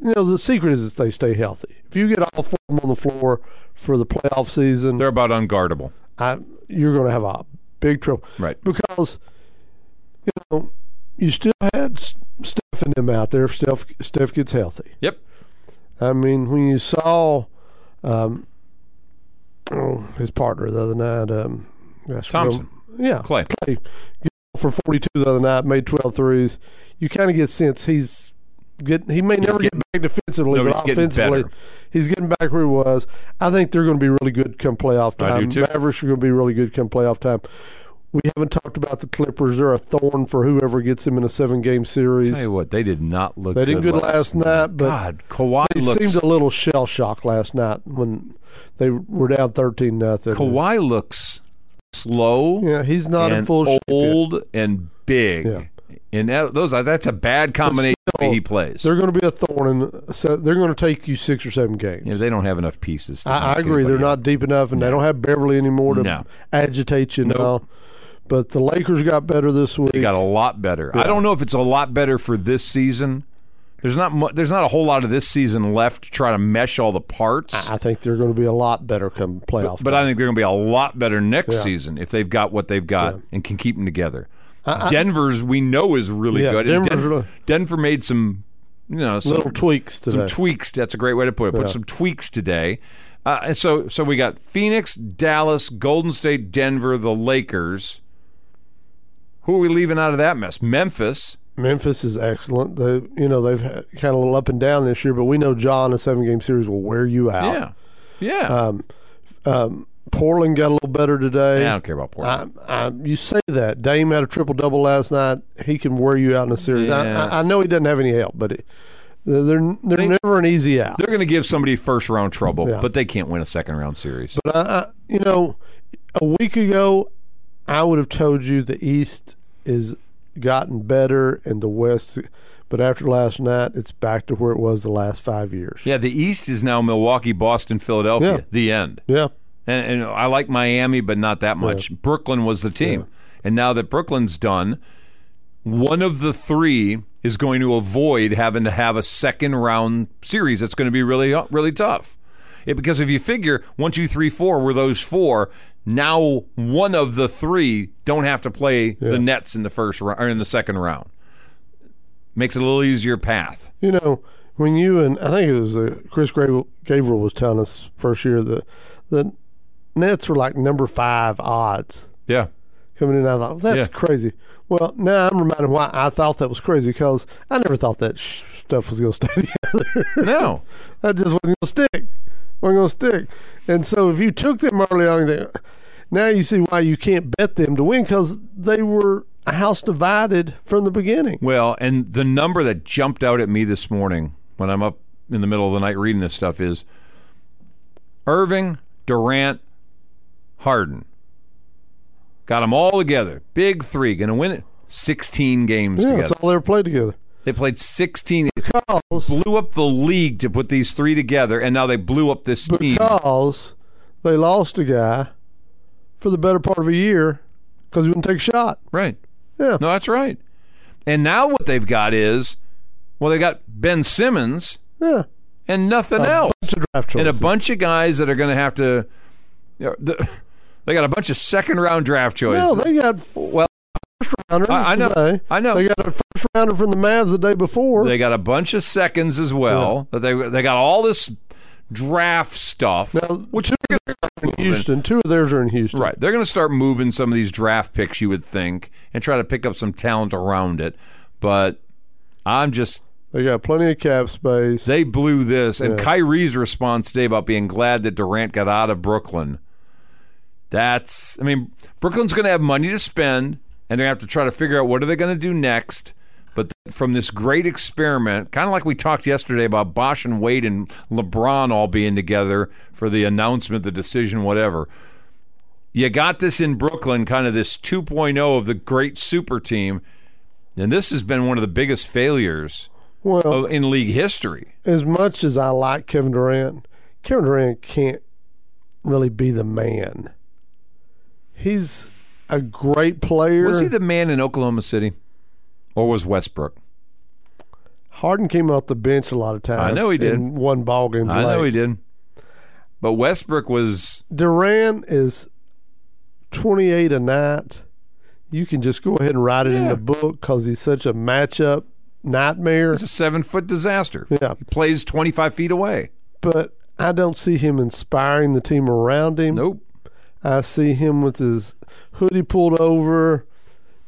[SPEAKER 3] you know, the secret is that they stay healthy. If you get all four of them on the floor for the playoff season,
[SPEAKER 2] They're about unguardable.
[SPEAKER 3] I, you're going to have a big trouble.
[SPEAKER 2] Right.
[SPEAKER 3] Because, you know, you still had S- Steph and them out there if Steph, Steph gets healthy.
[SPEAKER 2] Yep.
[SPEAKER 3] I mean, when you saw um, oh, his partner the other night, um, gosh,
[SPEAKER 2] Thompson.
[SPEAKER 3] Will- yeah,
[SPEAKER 2] Clay.
[SPEAKER 3] Clay, for 42 the other night, made 12 threes. You kind of get a sense he's getting, he may never
[SPEAKER 2] getting-
[SPEAKER 3] get back defensively,
[SPEAKER 2] No,
[SPEAKER 3] but
[SPEAKER 2] he's getting
[SPEAKER 3] offensively,
[SPEAKER 2] better.
[SPEAKER 3] he's getting back where he was. I think they're going to be really good come playoff
[SPEAKER 2] I
[SPEAKER 3] time.
[SPEAKER 2] do too.
[SPEAKER 3] Mavericks are going to be really good come playoff time. We haven't talked about the Clippers. They're a thorn for whoever gets them in a seven game series.
[SPEAKER 2] Tell you what, they did not look.
[SPEAKER 3] They did good last night, but
[SPEAKER 2] God, Kawhi
[SPEAKER 3] They
[SPEAKER 2] looks.
[SPEAKER 3] seemed a little shell shocked last night when they were down thirteen nothing.
[SPEAKER 2] Kawhi looks slow.
[SPEAKER 3] Yeah, he's not in
[SPEAKER 2] and
[SPEAKER 3] full shape. yet.
[SPEAKER 2] old and big.
[SPEAKER 3] Yeah.
[SPEAKER 2] And that, those are- that's a bad combination
[SPEAKER 3] still,
[SPEAKER 2] he plays.
[SPEAKER 3] They're going to be a thorn, and so they're going to take you six or seven games.
[SPEAKER 2] You know, they don't have enough pieces. to
[SPEAKER 3] I, I
[SPEAKER 2] knock
[SPEAKER 3] agree. They're
[SPEAKER 2] anybody out.
[SPEAKER 3] not deep enough, and they don't have Beverly anymore to
[SPEAKER 2] No.
[SPEAKER 3] agitate you
[SPEAKER 2] Nope.
[SPEAKER 3] now. But the Lakers got better this week.
[SPEAKER 2] They got a lot better. I don't know if it's a lot better for this season. There's not mu- there's not a whole lot of this season left to try to mesh all the parts.
[SPEAKER 3] I think they're going to be a lot better come playoff.
[SPEAKER 2] but I think they're going to be a lot better next
[SPEAKER 3] Yeah.
[SPEAKER 2] season if they've got what they've got and can keep them together. Denver's we know is really
[SPEAKER 3] Yeah,
[SPEAKER 2] good. And
[SPEAKER 3] Denver's
[SPEAKER 2] Denver,
[SPEAKER 3] really-
[SPEAKER 2] Denver made some you know some
[SPEAKER 3] little tweaks today.
[SPEAKER 2] some tweaks. That's a great way to put it. Put some tweaks today. Uh, and so, so we got Phoenix, Dallas, Golden State, Denver, the Lakers. Who are we leaving out of that mess? Memphis.
[SPEAKER 3] Memphis is excellent. They, you know, they've had kind of a little up and down this year, but we know John a seven game series will wear you out.
[SPEAKER 2] Yeah, yeah.
[SPEAKER 3] Um, Portland got a little better today.
[SPEAKER 2] I don't care about Portland.
[SPEAKER 3] I, I, Um, uh, you say that Dame had a triple double last night. He can wear you out in a series.
[SPEAKER 2] Yeah.
[SPEAKER 3] I, I, I know he doesn't have any help, but it, they're they're never an easy out.
[SPEAKER 2] They're going to give somebody first round trouble,
[SPEAKER 3] Yeah.
[SPEAKER 2] but they can't win a second round series.
[SPEAKER 3] But I, I, you know, a week ago, I would have told you the East is gotten better and the West, but after last night, it's back to where it was the last five years.
[SPEAKER 2] yeah, the East is now Milwaukee, Boston, Philadelphia.
[SPEAKER 3] Yeah.
[SPEAKER 2] The end.
[SPEAKER 3] Yeah.
[SPEAKER 2] And, and I like Miami, but not that much. Brooklyn was the team. And now that Brooklyn's done, one of the three is going to avoid having to have a second round series that's going to be really, uh, really tough. It, because if you figure one, two, three, four were those four, now one of the three don't have to play the Nets in the first round or in the second round. Makes it a little easier path.
[SPEAKER 3] You know, when you and I think it was uh, Chris Gabriel, Gabriel was telling us first year that the Nets were like number five odds
[SPEAKER 2] Yeah.
[SPEAKER 3] coming in. I thought that's
[SPEAKER 2] Yeah.
[SPEAKER 3] crazy. Well, now I'm reminded why I thought that was crazy because I never thought that sh- stuff was going to stay together.
[SPEAKER 2] No.
[SPEAKER 3] that just wasn't going to stick. wasn't going to stick. And so if you took them early on, they, now you see why you can't bet them to win because they were a house divided from the beginning.
[SPEAKER 2] Well, and the number that jumped out at me this morning when I'm up in the middle of the night reading this stuff is Irving, Durant, Harden. Got them all together. Big three. Going to win it. 16 games
[SPEAKER 3] Yeah, that's
[SPEAKER 2] together.
[SPEAKER 3] all they ever played together.
[SPEAKER 2] They played 16. It
[SPEAKER 3] Because
[SPEAKER 2] blew up the league to put these three together, and now they blew up this team.
[SPEAKER 3] because they lost a guy for the better part of a year because he wouldn't take a shot.
[SPEAKER 2] Right.
[SPEAKER 3] Yeah.
[SPEAKER 2] No, that's right. And now what they've got is, well, they got Ben Simmons
[SPEAKER 3] Yeah.
[SPEAKER 2] and nothing else.
[SPEAKER 3] It's a draft choice.
[SPEAKER 2] and a bunch of guys that are going to have to. You know, the, they got a bunch of second round draft choices.
[SPEAKER 3] no, they got well first rounders.
[SPEAKER 2] I- I know.
[SPEAKER 3] Today.
[SPEAKER 2] I know.
[SPEAKER 3] They got a first rounder from the Mavs the day before.
[SPEAKER 2] They got a bunch of seconds as well. That they they got all this draft stuff.
[SPEAKER 3] now, two of theirs are in Houston. Two of theirs are in Houston.
[SPEAKER 2] Right. They're going to start moving some of these draft picks, you would think, and try to pick up some talent around it. But I'm just
[SPEAKER 3] They got plenty of cap space.
[SPEAKER 2] they blew this, and Kyrie's response today about being glad that Durant got out of Brooklyn. That's, I mean, Brooklyn's going to have money to spend, and they're going to have to try to figure out what are they going to do next. But th- from this great experiment, kind of like we talked yesterday about Bosch and Wade and LeBron all being together for the announcement, the decision, whatever. You got this in Brooklyn, kind of this 2.0 of the great super team. And this has been one of the biggest failures
[SPEAKER 3] well,
[SPEAKER 2] of- in league history.
[SPEAKER 3] as much as I like Kevin Durant, Kevin Durant can't really be the man. He's a great player.
[SPEAKER 2] Was he the man in Oklahoma City, or was Westbrook?
[SPEAKER 3] Harden came off the bench a lot of times.
[SPEAKER 2] know he did.
[SPEAKER 3] And won ball games.
[SPEAKER 2] I know
[SPEAKER 3] late.
[SPEAKER 2] he did, but Westbrook was
[SPEAKER 3] Durant is twenty eight a night. You can just go ahead and write it in
[SPEAKER 2] Yeah.
[SPEAKER 3] the book because he's such a matchup nightmare.
[SPEAKER 2] a seven foot disaster.
[SPEAKER 3] Yeah.
[SPEAKER 2] He plays twenty five feet away.
[SPEAKER 3] But I don't see him inspiring the team around him.
[SPEAKER 2] Nope.
[SPEAKER 3] I see him with his hoodie pulled over,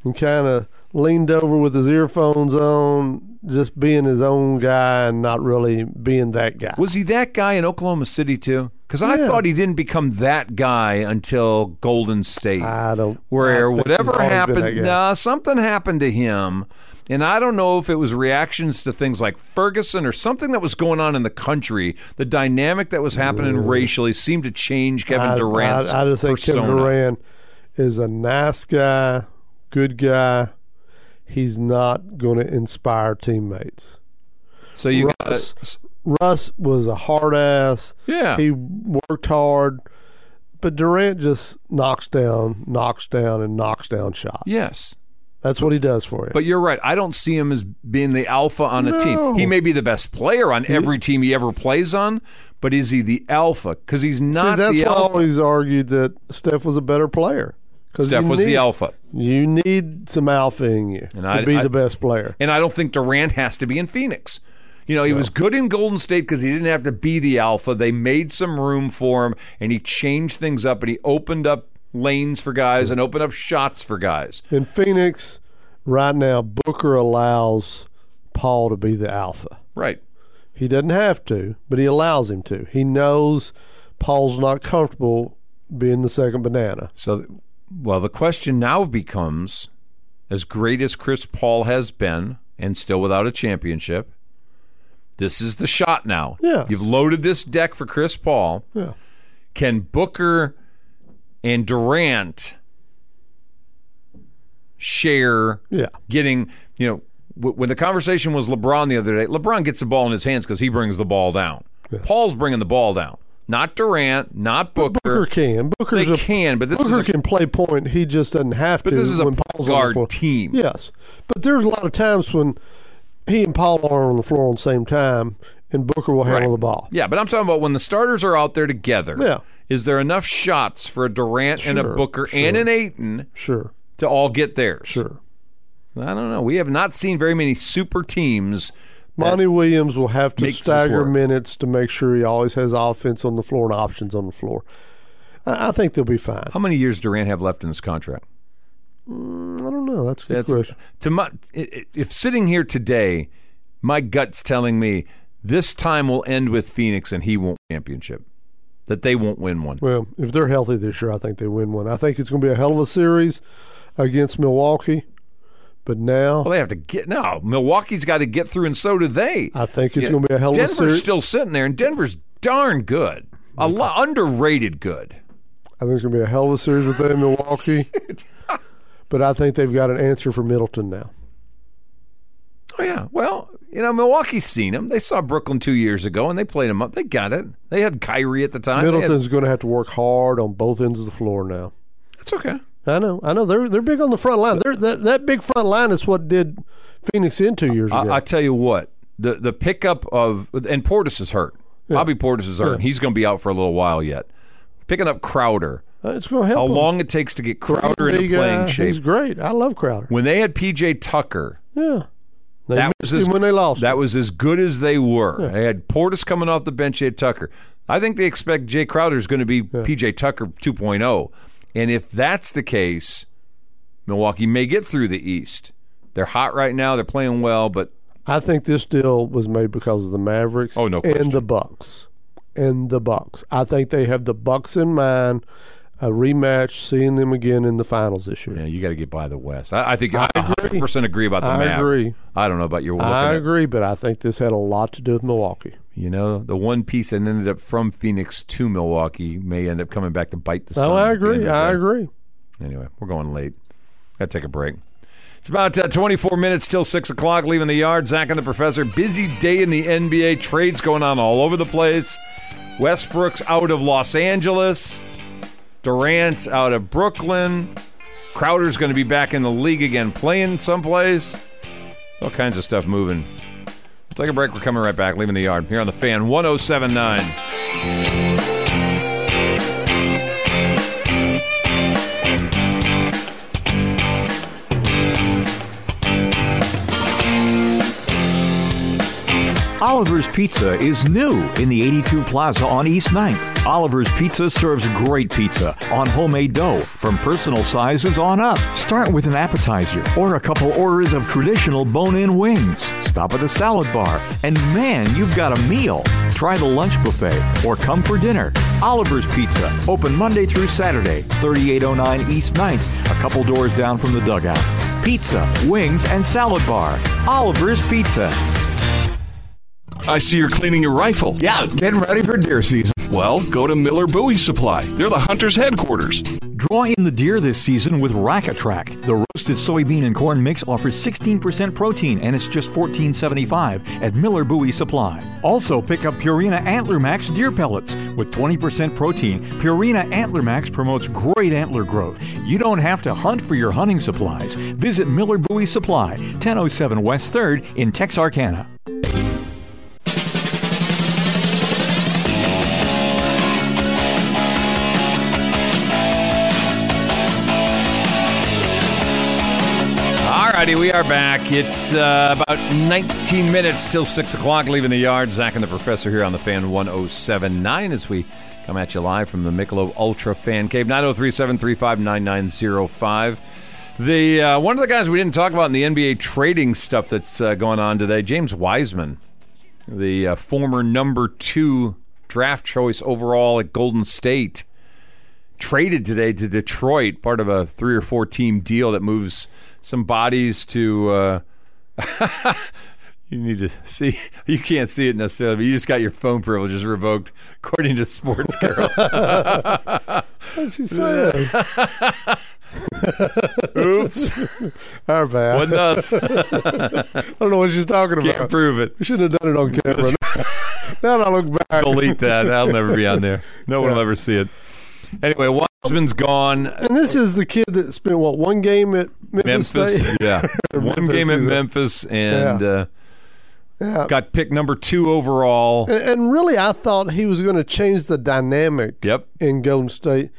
[SPEAKER 3] and kind of leaned over with his earphones on, just being his own guy and not really being that guy.
[SPEAKER 2] Was he that guy in Oklahoma City too? Because I
[SPEAKER 3] Yeah.
[SPEAKER 2] thought he didn't become that guy until Golden State,
[SPEAKER 3] I don't.
[SPEAKER 2] where
[SPEAKER 3] I think he's
[SPEAKER 2] whatever
[SPEAKER 3] always been that
[SPEAKER 2] happened,
[SPEAKER 3] guy.
[SPEAKER 2] nah, something happened to him, and I don't know if it was reactions to things like Ferguson or something that was going on in the country. The dynamic that was happening racially seemed to change Kevin
[SPEAKER 3] I-
[SPEAKER 2] Durant's
[SPEAKER 3] I, I just think
[SPEAKER 2] persona.
[SPEAKER 3] Kevin Durant is a nice guy, good guy. He's not going to inspire teammates.
[SPEAKER 2] So you,
[SPEAKER 3] Russ-
[SPEAKER 2] got
[SPEAKER 3] Russ was a hard ass.
[SPEAKER 2] yeah,
[SPEAKER 3] He worked hard, but Durant just knocks down, knocks down, and knocks down shots.
[SPEAKER 2] yes.
[SPEAKER 3] That's what he does for you.
[SPEAKER 2] But you're right. I don't see him as being the alpha on a
[SPEAKER 3] No.
[SPEAKER 2] team. He may be the best player on every team he ever plays on, but is he the alpha? Because he's
[SPEAKER 3] See,
[SPEAKER 2] not
[SPEAKER 3] that's
[SPEAKER 2] the
[SPEAKER 3] why I
[SPEAKER 2] alpha.
[SPEAKER 3] always argued that Steph was a better player. Because
[SPEAKER 2] Steph was
[SPEAKER 3] need,
[SPEAKER 2] the alpha.
[SPEAKER 3] You need some alpha in you
[SPEAKER 2] And
[SPEAKER 3] to
[SPEAKER 2] I-
[SPEAKER 3] be
[SPEAKER 2] I-
[SPEAKER 3] the best player.
[SPEAKER 2] And I don't think Durant has to be in Phoenix. You know, he was good in Golden State because he didn't have to be the alpha. They made some room for him, and he changed things up, and he opened up lanes for guys and opened up shots for guys.
[SPEAKER 3] In Phoenix, right now, Booker allows Paul to be the alpha.
[SPEAKER 2] Right.
[SPEAKER 3] He doesn't have to, but he allows him to. He knows Paul's not comfortable being the second banana.
[SPEAKER 2] So, well, the question now becomes as great as Chris Paul has been and still without a championship, this is the shot now.
[SPEAKER 3] Yeah.
[SPEAKER 2] You've loaded this deck for Chris Paul.
[SPEAKER 3] Yeah.
[SPEAKER 2] Can Booker and Durant share
[SPEAKER 3] Yeah.
[SPEAKER 2] getting, you know, w- when the conversation was LeBron the other day, LeBron gets the ball in his hands because he brings the ball down. Paul's bringing the ball down. Not Durant, not Booker.
[SPEAKER 3] Booker can. Booker's
[SPEAKER 2] They
[SPEAKER 3] a,
[SPEAKER 2] can, but this is
[SPEAKER 3] Booker
[SPEAKER 2] a-
[SPEAKER 3] can play point. He just doesn't have
[SPEAKER 2] But
[SPEAKER 3] to.
[SPEAKER 2] this is a
[SPEAKER 3] when
[SPEAKER 2] point
[SPEAKER 3] Paul's on the
[SPEAKER 2] guard
[SPEAKER 3] floor.
[SPEAKER 2] team.
[SPEAKER 3] Yes, but there's a lot of times when he and Paul are on the floor at the same time, and Booker will
[SPEAKER 2] Right.
[SPEAKER 3] handle the ball.
[SPEAKER 2] Yeah, but I'm talking about when the starters are out there together.
[SPEAKER 3] Yeah.
[SPEAKER 2] Is there enough shots for a Durant and a
[SPEAKER 3] Sure,
[SPEAKER 2] Booker and an Aiton
[SPEAKER 3] Sure,
[SPEAKER 2] to all get theirs?
[SPEAKER 3] sure.
[SPEAKER 2] I don't know. We have not seen very many super teams.
[SPEAKER 3] Monty Williams will have to
[SPEAKER 2] makes this
[SPEAKER 3] stagger
[SPEAKER 2] work.
[SPEAKER 3] minutes to make sure he always has offense on the floor and options on the floor. I, I think they'll be fine.
[SPEAKER 2] How many years Durant have left in his contract?
[SPEAKER 3] I don't know. That's a good
[SPEAKER 2] That's
[SPEAKER 3] question.
[SPEAKER 2] to my, i- i- if sitting here today, my gut's telling me this time will end with Phoenix and he won't championship. That they won't win one.
[SPEAKER 3] Well, if they're healthy this year, I think they win one. I think it's going to be a hell of a series against Milwaukee. But now,
[SPEAKER 2] Well, they have to get no. Milwaukee's got to get through, and so do they.
[SPEAKER 3] I think it's
[SPEAKER 2] Yeah,
[SPEAKER 3] going to be a hell of
[SPEAKER 2] Denver's
[SPEAKER 3] a series.
[SPEAKER 2] still sitting there, and Denver's darn good. A lot underrated good.
[SPEAKER 3] I think it's going to be a hell of a series with them in Milwaukee. but I think they've got an answer for Middleton now.
[SPEAKER 2] Oh yeah. Well, you know, Milwaukee's seen them. They saw Brooklyn two years ago, and they played them up. They got it. They had Kyrie at the time. They had-
[SPEAKER 3] Middleton's going to have to work hard on both ends of the floor now.
[SPEAKER 2] That's okay.
[SPEAKER 3] I know, I know. They're they're big on the front line. They're, that that big front line is what did Phoenix in two years ago.
[SPEAKER 2] I, I tell you what, the the pickup of and Portis is hurt. Bobby Portis is hurt. and He's going to be out for a little while yet. Picking up Crowder,
[SPEAKER 3] Uh, it's going to help.
[SPEAKER 2] how
[SPEAKER 3] them.
[SPEAKER 2] long it takes to get Crowder into
[SPEAKER 3] Big guy,
[SPEAKER 2] playing
[SPEAKER 3] He's
[SPEAKER 2] shape.
[SPEAKER 3] great. I love Crowder.
[SPEAKER 2] When they had PJ Tucker,
[SPEAKER 3] Yeah, they
[SPEAKER 2] That was
[SPEAKER 3] missed
[SPEAKER 2] as-
[SPEAKER 3] him when they lost.
[SPEAKER 2] That was as good as they were. They had Portis coming off the bench. They had Tucker. I think they expect Jay Crowder is going to be PJ Tucker 2.0. And if that's the case, Milwaukee may get through the East. They're hot right now. They're playing well, but
[SPEAKER 3] I think this deal was made because of the Mavericks.
[SPEAKER 2] Oh, no question.
[SPEAKER 3] and the Bucks, and the Bucks. I think they have the Bucks in mind. A rematch, seeing them again in the finals this year.
[SPEAKER 2] you, know, you got to get by the West. I, I think I 100% agree about the
[SPEAKER 3] I
[SPEAKER 2] Mavs.
[SPEAKER 3] agree.
[SPEAKER 2] I don't know about your.
[SPEAKER 3] I
[SPEAKER 2] looking at-
[SPEAKER 3] agree, but I think this had a lot to do with Milwaukee.
[SPEAKER 2] You know, the one piece that ended up from Phoenix to Milwaukee may end up coming back to bite the.
[SPEAKER 3] No,
[SPEAKER 2] Suns
[SPEAKER 3] Oh, I
[SPEAKER 2] at the end of
[SPEAKER 3] agree.
[SPEAKER 2] the
[SPEAKER 3] I
[SPEAKER 2] day.
[SPEAKER 3] agree.
[SPEAKER 2] Anyway, we're going late. Got to take a break. It's about uh, 24 minutes till 6 o'clock, leaving the yard. Zach and the professor. Busy day in the NBA. Trades going on all over the place. Westbrook's out of Los Angeles. Durant's out of Brooklyn. Crowder's going to be back in the league again, playing someplace. All kinds of stuff moving. We'll take a break. We're coming right back, leaving the yard here on the fan 1079.
[SPEAKER 5] Oliver's Pizza is new in the 82 Plaza on East 9th. Oliver's Pizza serves great pizza on homemade dough from personal sizes on up. Start with an appetizer or a couple orders of traditional bone in wings. Stop at the salad bar, and man, you've got a meal. Try the lunch buffet or come for dinner. Oliver's Pizza, open Monday through Saturday, 3809 East 9th, a couple doors down from the dugout. Pizza, wings, and salad bar. Oliver's Pizza.
[SPEAKER 6] I see you're cleaning your rifle.
[SPEAKER 7] Yeah, getting ready for deer season.
[SPEAKER 6] Well, go to Miller Bowie Supply. They're the hunter's headquarters.
[SPEAKER 5] Draw in the deer this season with Rack Attract. The roasted soybean and corn mix offers 16% protein and it's just $14.75 at Miller Bowie Supply. Also, pick up Purina Antler Max deer pellets. With 20% protein, Purina Antler Max promotes great antler growth. You don't have to hunt for your hunting supplies. Visit Miller Bowie Supply, 1007 West 3rd in Texarkana.
[SPEAKER 2] Alrighty, we are back. It's uh, about 19 minutes till 6 o'clock, leaving the yard. Zach and the professor here on the Fan 1079 as we come at you live from the Michelob Ultra Fan Cave, 903 735 9905. The uh, one of the guys we didn't talk about in the NBA trading stuff that's uh, going on today, James Wiseman, the uh, former number two draft choice overall at Golden State, traded today to Detroit, part of a three or four team deal that moves some bodies to. Uh, you need to see. You can't see it necessarily, but you just got your phone privileges revoked, according to Sports Girl.
[SPEAKER 3] What'd she say?
[SPEAKER 2] Oops,
[SPEAKER 3] Our bad.
[SPEAKER 2] wasn't us.
[SPEAKER 3] I don't know what she's talking about.
[SPEAKER 2] Can't prove it.
[SPEAKER 3] We shouldn't have done it on camera. now that I look back.
[SPEAKER 2] Delete that. That'll never be on there. No one will ever see it. Anyway, Wiseman's gone.
[SPEAKER 3] And this is the kid that spent, what, one game at Memphis,
[SPEAKER 2] Memphis,
[SPEAKER 3] State?
[SPEAKER 2] yeah. One
[SPEAKER 3] Memphis
[SPEAKER 2] game at
[SPEAKER 3] is a-
[SPEAKER 2] Memphis and
[SPEAKER 3] Yeah.
[SPEAKER 2] uh,
[SPEAKER 3] Yeah.
[SPEAKER 2] got pick number two overall.
[SPEAKER 3] And- And really, I thought he was going to change the dynamic
[SPEAKER 2] Yep.
[SPEAKER 3] in Golden State.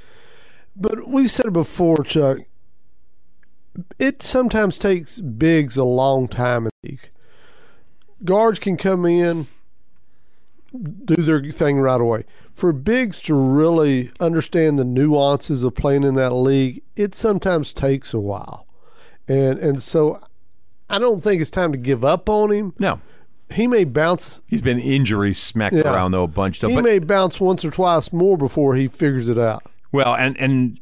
[SPEAKER 3] But we've said it before, Chuck. It sometimes takes bigs a long time in the league. Guards can come in, do their thing right away. For bigs to really understand the nuances of playing in that league, it sometimes takes a while. And and so I don't think it's time to give up on him.
[SPEAKER 2] No,
[SPEAKER 3] He may bounce
[SPEAKER 2] he's been injury smacked
[SPEAKER 3] Yeah.
[SPEAKER 2] around though a bunch. Though,
[SPEAKER 3] he
[SPEAKER 2] but,
[SPEAKER 3] may bounce once or twice more before he figures it out.
[SPEAKER 2] well, and and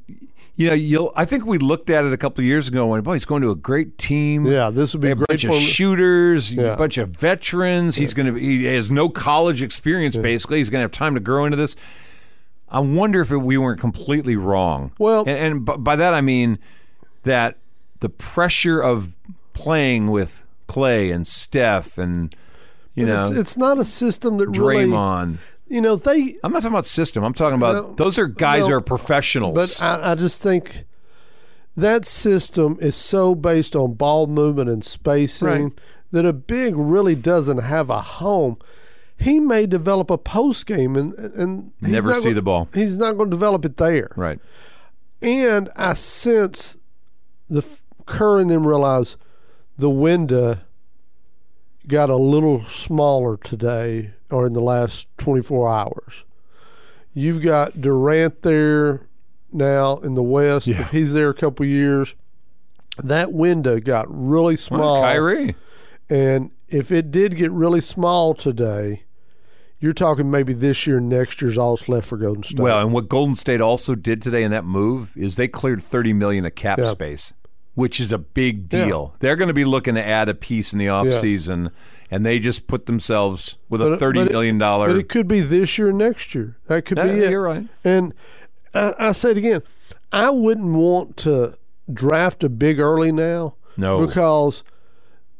[SPEAKER 2] you know, you'll. I think we looked at it a couple of years ago. When boy, he's going to a great team.
[SPEAKER 3] Yeah, this would be
[SPEAKER 2] a
[SPEAKER 3] great
[SPEAKER 2] bunch
[SPEAKER 3] for
[SPEAKER 2] of
[SPEAKER 3] him.
[SPEAKER 2] shooters,
[SPEAKER 3] Yeah.
[SPEAKER 2] a bunch of veterans. He's going to be, he has no college experience basically. He's going to have time to grow into this. I wonder if we weren't completely wrong.
[SPEAKER 3] Well-
[SPEAKER 2] and, and b- by that I mean that the pressure of playing with Clay and Steph and you know
[SPEAKER 3] It's, it's not a system that really,
[SPEAKER 2] Draymond.
[SPEAKER 3] you know, they.
[SPEAKER 2] I'm not talking about system. I'm talking about
[SPEAKER 3] Well,
[SPEAKER 2] those are guys
[SPEAKER 3] well,
[SPEAKER 2] who are professionals.
[SPEAKER 3] But I, I just think that system is so based on ball movement and spacing
[SPEAKER 2] Right.
[SPEAKER 3] that a big really doesn't have a home. He may develop a post game and and he's
[SPEAKER 2] Never
[SPEAKER 3] not
[SPEAKER 2] see
[SPEAKER 3] gonna-
[SPEAKER 2] the ball.
[SPEAKER 3] He's not going to develop it there.
[SPEAKER 2] right.
[SPEAKER 3] And I sense the f- Kerr and them realize the window got a little smaller today or in the last 24 hours. You've got Durant there now in the West. If he's there a couple years, that window got really small.
[SPEAKER 2] Kyrie.
[SPEAKER 3] And if it did get really small today, you're talking maybe this year, next year's all that's left for Golden State.
[SPEAKER 2] Well, and what Golden State also did today in that move is they cleared 30 million of cap
[SPEAKER 3] Yeah.
[SPEAKER 2] space, which is a big deal. They're going to be looking to add a piece in the offseason and they just put themselves with a
[SPEAKER 3] But-
[SPEAKER 2] thirty
[SPEAKER 3] but
[SPEAKER 2] million
[SPEAKER 3] it-
[SPEAKER 2] dollar
[SPEAKER 3] But it could be this year, next year. That could
[SPEAKER 2] No,
[SPEAKER 3] be it.
[SPEAKER 2] you're right.
[SPEAKER 3] And I, I say it again. I wouldn't want to draft a big early now.
[SPEAKER 2] No.
[SPEAKER 3] Because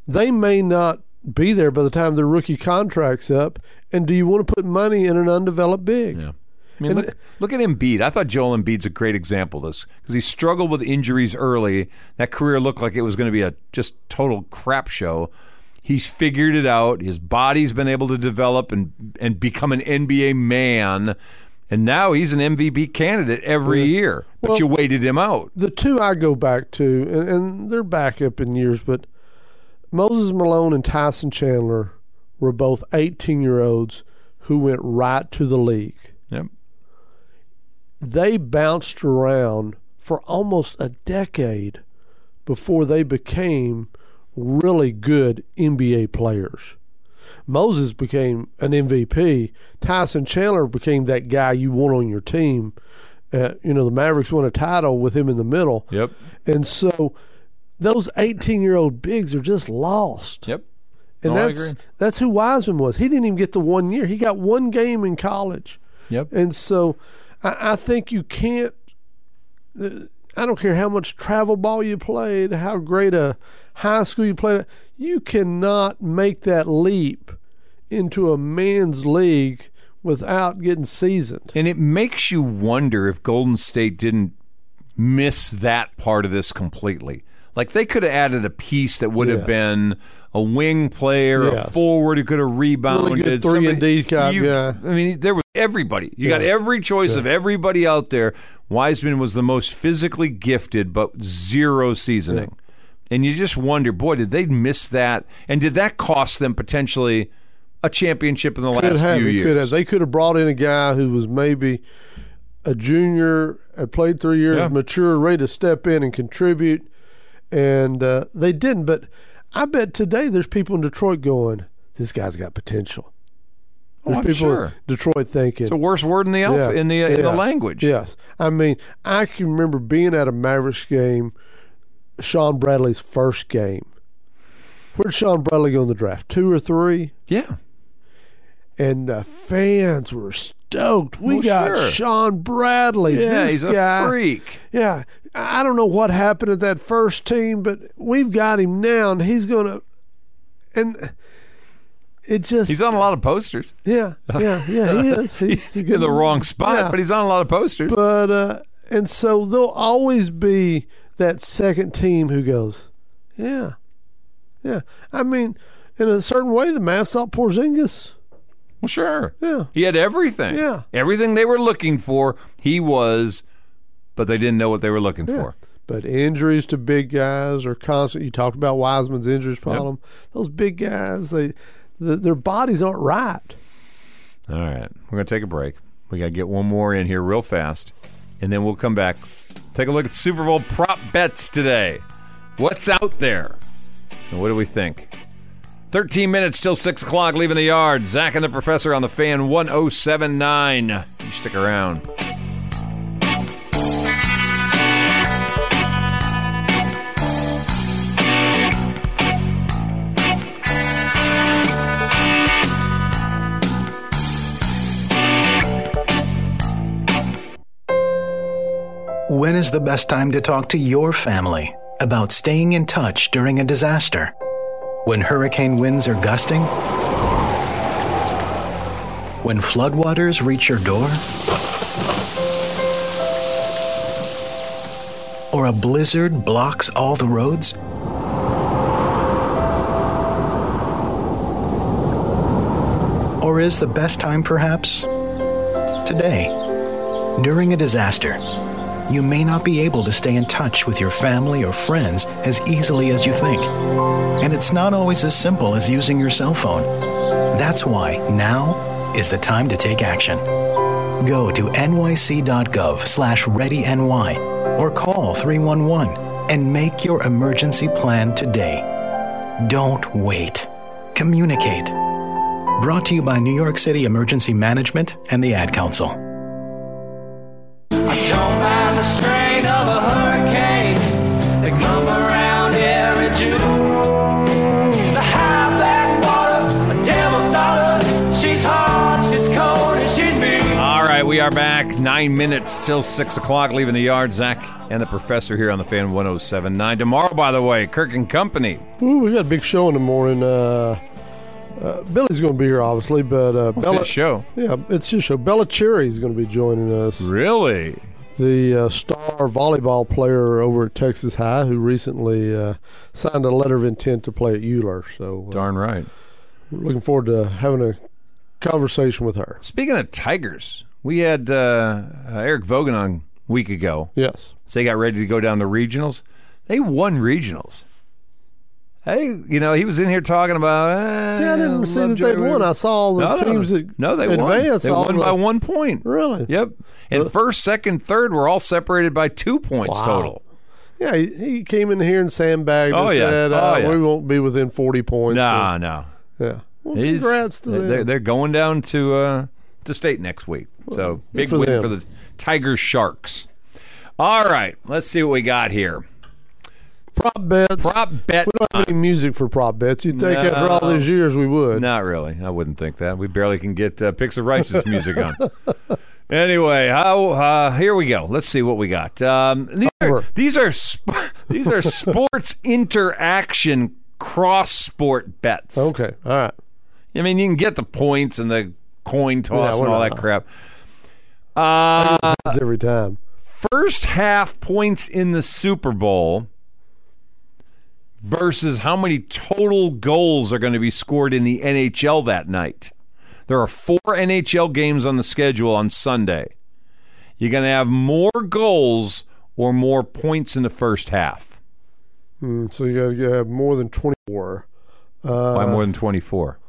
[SPEAKER 3] they may not be there by the time their rookie contract's up. And do you want to put money in an undeveloped big?
[SPEAKER 2] Yeah. I mean, look, look at Embiid. I thought Joel Embiid's a great example of this because he struggled with injuries early. That career looked like it was going to be a just total crap show. He's figured it out. His body's been able to develop and and become an NBA man, and now he's an MVP candidate every year. But you waited him out.
[SPEAKER 3] The two I go back to, and, and they're back up in years, but Moses Malone and Tyson Chandler were both 18 year olds who went right to the league.
[SPEAKER 2] Yep.
[SPEAKER 3] They bounced around for almost a decade before they became really good NBA players. Moses became an MVP. Tyson Chandler became that guy you want on your team. Uh, you know, the Mavericks won a title with him in the middle.
[SPEAKER 2] Yep.
[SPEAKER 3] And so those 18 year old bigs are just lost.
[SPEAKER 2] Yep.
[SPEAKER 3] And
[SPEAKER 2] No, I
[SPEAKER 3] that's
[SPEAKER 2] agree.
[SPEAKER 3] that's who Wiseman was. He didn't even get the one year. He got one game in college.
[SPEAKER 2] Yep.
[SPEAKER 3] And so I, I think you can't. uh, I don't care how much travel ball you played, how great a high school you played, at, you cannot make that leap into a man's league without getting seasoned.
[SPEAKER 2] And it makes you wonder if Golden State didn't miss that part of this completely. Like they could have added a piece that would have
[SPEAKER 3] Yes.
[SPEAKER 2] been a wing player, a
[SPEAKER 3] Yes.
[SPEAKER 2] forward who could have rebounded.
[SPEAKER 3] good three and D guy,
[SPEAKER 2] you-
[SPEAKER 3] yeah.
[SPEAKER 2] I mean, there was everybody. You got every choice of everybody out there. Wiseman was the most physically gifted, but zero seasoning. And you just wonder, boy, did they miss that? And did that cost them potentially a championship in the
[SPEAKER 3] Could
[SPEAKER 2] last
[SPEAKER 3] have,
[SPEAKER 2] few
[SPEAKER 3] he
[SPEAKER 2] years?
[SPEAKER 3] could have. They could have brought in a guy who was maybe a junior, had played three years,
[SPEAKER 2] Yeah.
[SPEAKER 3] mature, ready to step in and contribute, and uh, they didn't. But I bet today there's people in Detroit going, "This guy's got potential."
[SPEAKER 2] Oh,
[SPEAKER 3] There's
[SPEAKER 2] I'm
[SPEAKER 3] people
[SPEAKER 2] sure.
[SPEAKER 3] in Detroit thinking
[SPEAKER 2] It's the worst word in the alpha, in the in the language.
[SPEAKER 3] Yes, I mean I can remember being at a Mavericks game, Sean Bradley's first game. Where'd Sean Bradley go in the draft? Two or three?
[SPEAKER 2] Yeah.
[SPEAKER 3] and the fans were stoked. We
[SPEAKER 2] Well,
[SPEAKER 3] got
[SPEAKER 2] sure.
[SPEAKER 3] Sean Bradley.
[SPEAKER 2] Yeah,
[SPEAKER 3] this
[SPEAKER 2] he's a
[SPEAKER 3] guy.
[SPEAKER 2] freak.
[SPEAKER 3] Yeah, I I don't know what happened at that first team, but we've got him now, and he's gonna. And it just
[SPEAKER 2] He's on a lot of posters.
[SPEAKER 3] yeah yeah yeah he is he's,
[SPEAKER 2] in the wrong spot,
[SPEAKER 3] yeah.
[SPEAKER 2] but he's on a lot of posters.
[SPEAKER 3] but uh, and so there'll always be that second team who goes yeah yeah I mean in a certain way the Mavs out Porzingis
[SPEAKER 2] well, sure.
[SPEAKER 3] yeah
[SPEAKER 2] He had everything.
[SPEAKER 3] Yeah.
[SPEAKER 2] Everything they were looking for, he was, but they didn't know what they were looking for.
[SPEAKER 3] But injuries to big guys are constant. You talked about Wiseman's injuries problem. Those big guys, they th their bodies aren't right.
[SPEAKER 2] All right. We're going to take a break. We got to get one more in here real fast, and then we'll come back. Take a look at Super Bowl prop bets today. What's out there? And what do we think? 13 minutes till 6 o'clock, leaving the yard. Zach and the professor on the fan 1079. You stick around.
[SPEAKER 8] When is the best time to talk to your family about staying in touch during a disaster? When hurricane winds are gusting? When floodwaters reach your door? Or a blizzard blocks all the roads? Or is the best time perhaps today? During a disaster, you may not be able to stay in touch with your family or friends as easily as you think. And it's not always as simple as using your cell phone. That's why now is the time to take action. Go to nyc.gov slash readyny or call 311 and make your emergency plan today. Don't wait. Communicate. Brought to you by New York City Emergency Management and the Ad Council.
[SPEAKER 9] Don't mind the strain of a hurricane. They come around every June. The high black water, a devil's daughter. She's hard, she's cold, and she's mean.
[SPEAKER 2] All right, we are back. Nine minutes till six o'clock, leaving the yard. Zach and the professor here on the fan 1079. Tomorrow, by the way, Kirk and Company.
[SPEAKER 3] Ooh, we got a big show in the morning. Uh, uh, Billy's going to be here, obviously, but uh,
[SPEAKER 2] What's that show?
[SPEAKER 3] Yeah, it's your show. Bella Cherry is going to be joining us.
[SPEAKER 2] Really?
[SPEAKER 3] the uh, star volleyball player over at Texas High who recently uh, signed a letter of intent to play at Euler. So uh,
[SPEAKER 2] Darn right.
[SPEAKER 3] looking forward to having a conversation with her.
[SPEAKER 2] Speaking of Tigers, we had uh, Eric Vogan on a week ago.
[SPEAKER 3] Yes.
[SPEAKER 2] So they got ready to go down to regionals. They won regionals. Hey, you know, he was in here talking about. eh,
[SPEAKER 3] See, I didn't
[SPEAKER 2] love
[SPEAKER 3] see that
[SPEAKER 2] Jerry
[SPEAKER 3] they'd won.
[SPEAKER 2] River.
[SPEAKER 3] I saw all the
[SPEAKER 2] no, no,
[SPEAKER 3] teams that
[SPEAKER 2] no, they won.
[SPEAKER 3] advanced
[SPEAKER 2] They
[SPEAKER 3] all
[SPEAKER 2] won
[SPEAKER 3] the-
[SPEAKER 2] by one point.
[SPEAKER 3] Really?
[SPEAKER 2] Yep. And
[SPEAKER 3] Uh,
[SPEAKER 2] first, second, third were all separated by two points
[SPEAKER 3] Wow.
[SPEAKER 2] total.
[SPEAKER 3] Yeah, he, he came in here and sandbagged
[SPEAKER 2] Oh,
[SPEAKER 3] us.
[SPEAKER 2] yeah.
[SPEAKER 3] Said,
[SPEAKER 2] Oh,
[SPEAKER 3] uh,
[SPEAKER 2] yeah.
[SPEAKER 3] We won't be within 40 points.
[SPEAKER 2] Nah, no.
[SPEAKER 3] And- yeah. Well,
[SPEAKER 2] He's-
[SPEAKER 3] congrats to them.
[SPEAKER 2] They're, they're going down to uh, to state next week. So big
[SPEAKER 3] for
[SPEAKER 2] win
[SPEAKER 3] them.
[SPEAKER 2] for the Tiger Sharks. All right, let's see what we got here.
[SPEAKER 3] prop bets.
[SPEAKER 2] Prop bet.
[SPEAKER 3] we don't have any music for prop bets. You'd think after all
[SPEAKER 2] No.
[SPEAKER 3] these years we would.
[SPEAKER 2] Not really. I wouldn't think that. We barely can get uh, Picks of Righteous music on. Anyway, how, uh, here we go. Let's see what we got. Um, these, are,
[SPEAKER 3] Over.
[SPEAKER 2] these are sp- these are sports interaction cross sport bets.
[SPEAKER 3] Okay. All right.
[SPEAKER 2] I mean, you can get the points and the coin toss
[SPEAKER 3] Yeah,
[SPEAKER 2] and
[SPEAKER 3] we're
[SPEAKER 2] all
[SPEAKER 3] not-
[SPEAKER 2] that crap. Uh,
[SPEAKER 3] It's every time.
[SPEAKER 2] first half points in the Super Bowl versus how many total goals are going to be scored in the NHL that night. There are four NHL games on the schedule on Sunday. You're going to have more goals or more points in the first half
[SPEAKER 3] Mm, so you got to have more than 24.
[SPEAKER 2] by more than 24.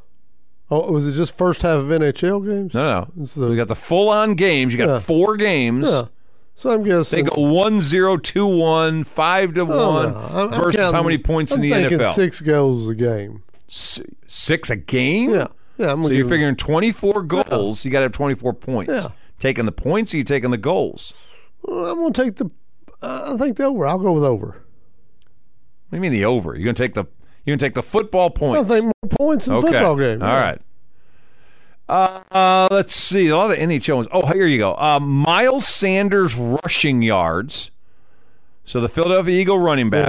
[SPEAKER 3] Oh, was it just first half of NHL games?
[SPEAKER 2] No, no.
[SPEAKER 3] It's the-
[SPEAKER 2] we got the full on games. You got
[SPEAKER 3] Yeah.
[SPEAKER 2] four games.
[SPEAKER 3] Yeah. So I'm
[SPEAKER 2] They
[SPEAKER 3] guessing.
[SPEAKER 2] go 1 0, 2 1, 5 to
[SPEAKER 3] Oh,
[SPEAKER 2] 1
[SPEAKER 3] no. I'm- I'm
[SPEAKER 2] versus how
[SPEAKER 3] counting-
[SPEAKER 2] many points
[SPEAKER 3] I'm
[SPEAKER 2] in the
[SPEAKER 3] thinking
[SPEAKER 2] NFL?
[SPEAKER 3] six goals a game.
[SPEAKER 2] Six a game?
[SPEAKER 3] Yeah. Yeah. I'm
[SPEAKER 2] So
[SPEAKER 3] gonna
[SPEAKER 2] you're
[SPEAKER 3] give it-
[SPEAKER 2] figuring 24 goals, you got to have 24 points.
[SPEAKER 3] Yeah.
[SPEAKER 2] Taking the points or you taking the goals?
[SPEAKER 3] Well, I'm going to take the. Uh, I think the over. I'll go with over.
[SPEAKER 2] What do you mean the over? You're going to take the you're going to take the football
[SPEAKER 3] I
[SPEAKER 2] points.
[SPEAKER 3] think more points in
[SPEAKER 2] okay.
[SPEAKER 3] football game.
[SPEAKER 2] All right. Uh, let's see. A lot of NHL ones. Oh, here you go. Uh, Miles Sanders rushing yards. So the Philadelphia Eagle running back.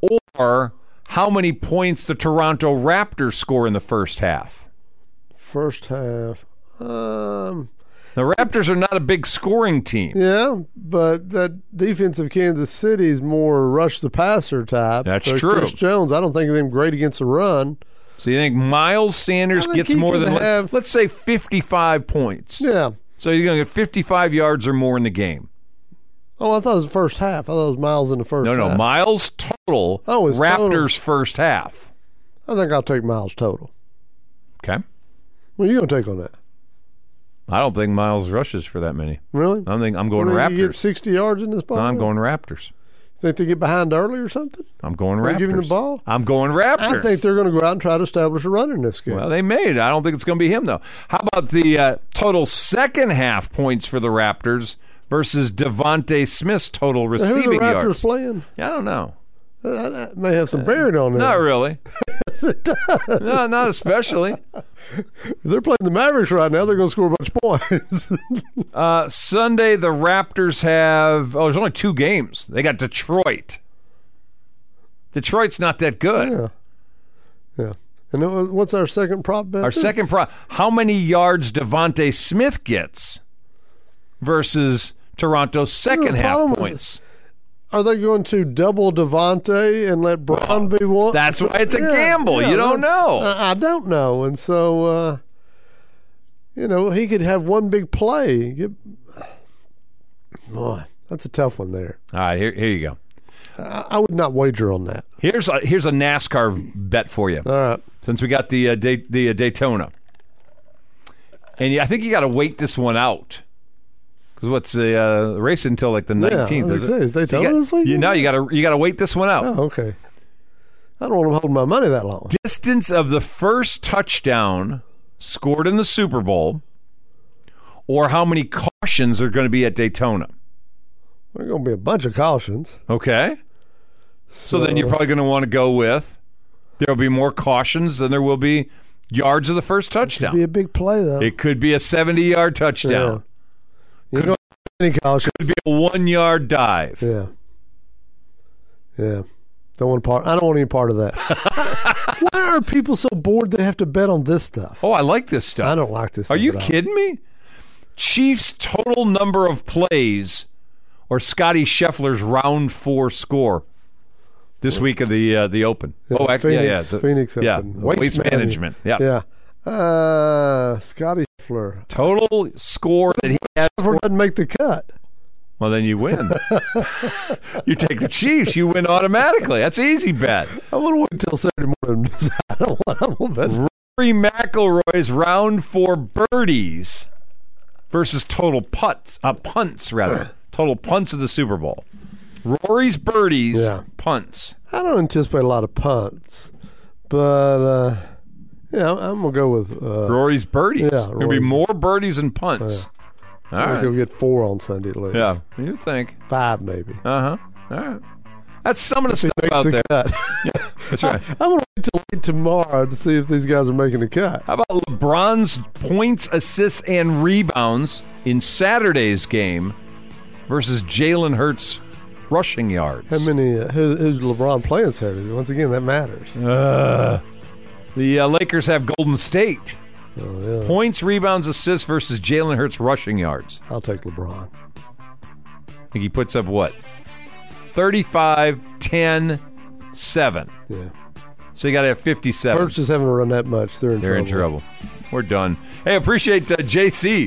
[SPEAKER 3] Yeah.
[SPEAKER 2] Or how many points the Toronto Raptors score in the first half?
[SPEAKER 3] First half. Um.
[SPEAKER 2] The Raptors are not a big scoring team.
[SPEAKER 3] Yeah, but that defense of Kansas City is more rush the passer type.
[SPEAKER 2] That's
[SPEAKER 3] So
[SPEAKER 2] true.
[SPEAKER 3] Chris Jones, I don't think of them great against the run.
[SPEAKER 2] So you think Miles Sanders
[SPEAKER 3] I think
[SPEAKER 2] gets
[SPEAKER 3] he
[SPEAKER 2] more
[SPEAKER 3] could
[SPEAKER 2] than let-
[SPEAKER 3] have-
[SPEAKER 2] let's say 55 points.
[SPEAKER 3] Yeah.
[SPEAKER 2] So you're going to get 55 yards or more in the game.
[SPEAKER 3] Oh, I thought it was the first half. I thought it was Miles in the first.
[SPEAKER 2] No, no,
[SPEAKER 3] half.
[SPEAKER 2] Miles total.
[SPEAKER 3] Oh, it's
[SPEAKER 2] Raptors
[SPEAKER 3] total.
[SPEAKER 2] first half.
[SPEAKER 3] I think I'll take Miles total.
[SPEAKER 2] Okay.
[SPEAKER 3] What are you gonna take on that?
[SPEAKER 2] I don't think Miles rushes for that many.
[SPEAKER 3] Really?
[SPEAKER 2] I don't think I'm going
[SPEAKER 3] You think you get
[SPEAKER 2] Raptors.
[SPEAKER 3] sixty yards in this ball.
[SPEAKER 2] No, I'm going Raptors.
[SPEAKER 3] Think they get behind early or something?
[SPEAKER 2] I'm going
[SPEAKER 3] They're
[SPEAKER 2] Raptors.
[SPEAKER 3] giving the ball?
[SPEAKER 2] I'm going Raptors.
[SPEAKER 3] I think they're going to go out and try to establish a run in this game.
[SPEAKER 2] well, they made it. I don't think it's going to be him though. How about the uh, total second half points for the Raptors versus Devonte Smith's total
[SPEAKER 3] Who are
[SPEAKER 2] receiving
[SPEAKER 3] the Raptors
[SPEAKER 2] yards?
[SPEAKER 3] playing?
[SPEAKER 2] Yeah, I don't know.
[SPEAKER 3] Uh, That may have some bearing on that.
[SPEAKER 2] Not really. No, not especially.
[SPEAKER 3] If they're playing the Mavericks right now. They're going to score a bunch of points.
[SPEAKER 2] Uh, Sunday, the Raptors have. Oh, there's only two games. They got Detroit. Detroit's not that good.
[SPEAKER 3] Yeah. yeah. And then what's our second prop bet?
[SPEAKER 2] Our second pro. How many yards Devonte Smith gets versus Toronto's second
[SPEAKER 3] The problem
[SPEAKER 2] half
[SPEAKER 3] with-
[SPEAKER 2] points?
[SPEAKER 3] Are they going to double Devonte and let Brown be one?
[SPEAKER 2] that's why it's a gamble. You don't
[SPEAKER 3] that's-
[SPEAKER 2] know.
[SPEAKER 3] I, I don't know, and so uh, you know he could have one big play. Get, boy, that's a tough one there.
[SPEAKER 2] All right, here, here you go.
[SPEAKER 3] I, I would not wager on that.
[SPEAKER 2] Here's a, here's a NASCAR bet for you.
[SPEAKER 3] All right,
[SPEAKER 2] Since we got the uh, Day, the uh, Daytona, and yeah, I think you got to wait this one out because what's the uh, race until like the
[SPEAKER 3] I was
[SPEAKER 2] nineteenth?
[SPEAKER 3] gonna say, is Daytona
[SPEAKER 2] you got,
[SPEAKER 3] this weekend?
[SPEAKER 2] You know, you got to you got to wait this one out.
[SPEAKER 3] oh, okay. I don't want him holding my money that long.
[SPEAKER 2] Distance of the first touchdown scored in the Super Bowl, or how many cautions are going to be at Daytona?
[SPEAKER 3] There's going to be a bunch of cautions.
[SPEAKER 2] Okay, so, then you're probably going to want to go with there will be more cautions than there will be yards of the first touchdown.
[SPEAKER 3] Be a big play though.
[SPEAKER 2] It could be a 70 yard touchdown.
[SPEAKER 3] Yeah. You know, any cautions?
[SPEAKER 2] It could be a one yard dive.
[SPEAKER 3] Yeah. Yeah. Don't want part. I don't want any part of that. Why are people so bored they have to bet on this stuff?
[SPEAKER 2] Oh, I like this stuff.
[SPEAKER 3] I don't like this.
[SPEAKER 2] Are
[SPEAKER 3] stuff
[SPEAKER 2] you
[SPEAKER 3] at all.
[SPEAKER 2] kidding me? Chiefs' total number of plays or Scotty Scheffler's round four score this week of the uh, the Open? oh, actually, yeah, yeah.
[SPEAKER 3] Phoenix,
[SPEAKER 2] it's a-
[SPEAKER 3] Phoenix,
[SPEAKER 2] yeah.
[SPEAKER 3] Open.
[SPEAKER 2] Waste, management. Yeah.
[SPEAKER 3] Yeah. Uh, Scotty Fleur.
[SPEAKER 2] Total score that he has.
[SPEAKER 3] Fleur doesn't make the cut.
[SPEAKER 2] Well, then you win. you take the Chiefs. You win automatically. That's easy bet.
[SPEAKER 3] I'm going to wait until Saturday morning to decide what I'm going to bet.
[SPEAKER 2] Rory McIlroy's round four birdies versus total putts, uh, punts rather, total punts of the Super Bowl. Rory's birdies,
[SPEAKER 3] Yeah.
[SPEAKER 2] punts.
[SPEAKER 3] I don't anticipate a lot of punts, but uh, yeah, I'm, I'm going to go with. Uh,
[SPEAKER 2] Rory's birdies.
[SPEAKER 3] Yeah,
[SPEAKER 2] There'll be
[SPEAKER 3] Rory's-
[SPEAKER 2] more birdies and punts.
[SPEAKER 3] I
[SPEAKER 2] All
[SPEAKER 3] think
[SPEAKER 2] right.
[SPEAKER 3] he'll get four on Sunday at least.
[SPEAKER 2] Yeah. You think?
[SPEAKER 3] Five maybe.
[SPEAKER 2] Uh huh. All right. That's some of the stuff
[SPEAKER 3] Makes
[SPEAKER 2] out
[SPEAKER 3] the
[SPEAKER 2] there.
[SPEAKER 3] cut.
[SPEAKER 2] That's right.
[SPEAKER 3] I'm going to wait till late tomorrow to see if these guys are making the cut.
[SPEAKER 2] How about LeBron's points, assists, and rebounds in Saturday's game versus Jalen Hurts' rushing yards?
[SPEAKER 3] How many? Uh, who, who's LeBron playing Saturday? Once again, that matters.
[SPEAKER 2] the uh, Lakers have Golden State.
[SPEAKER 3] Oh, yeah.
[SPEAKER 2] Points, rebounds, assists versus Jalen Hurts' rushing yards.
[SPEAKER 3] I'll take LeBron.
[SPEAKER 2] I think he puts up what? 35, 10, 7.
[SPEAKER 3] Yeah.
[SPEAKER 2] So you got to have 57.
[SPEAKER 3] Birds just haven't run that much. They're in
[SPEAKER 2] They're
[SPEAKER 3] trouble.
[SPEAKER 2] in trouble. We're done. Hey, appreciate uh, JC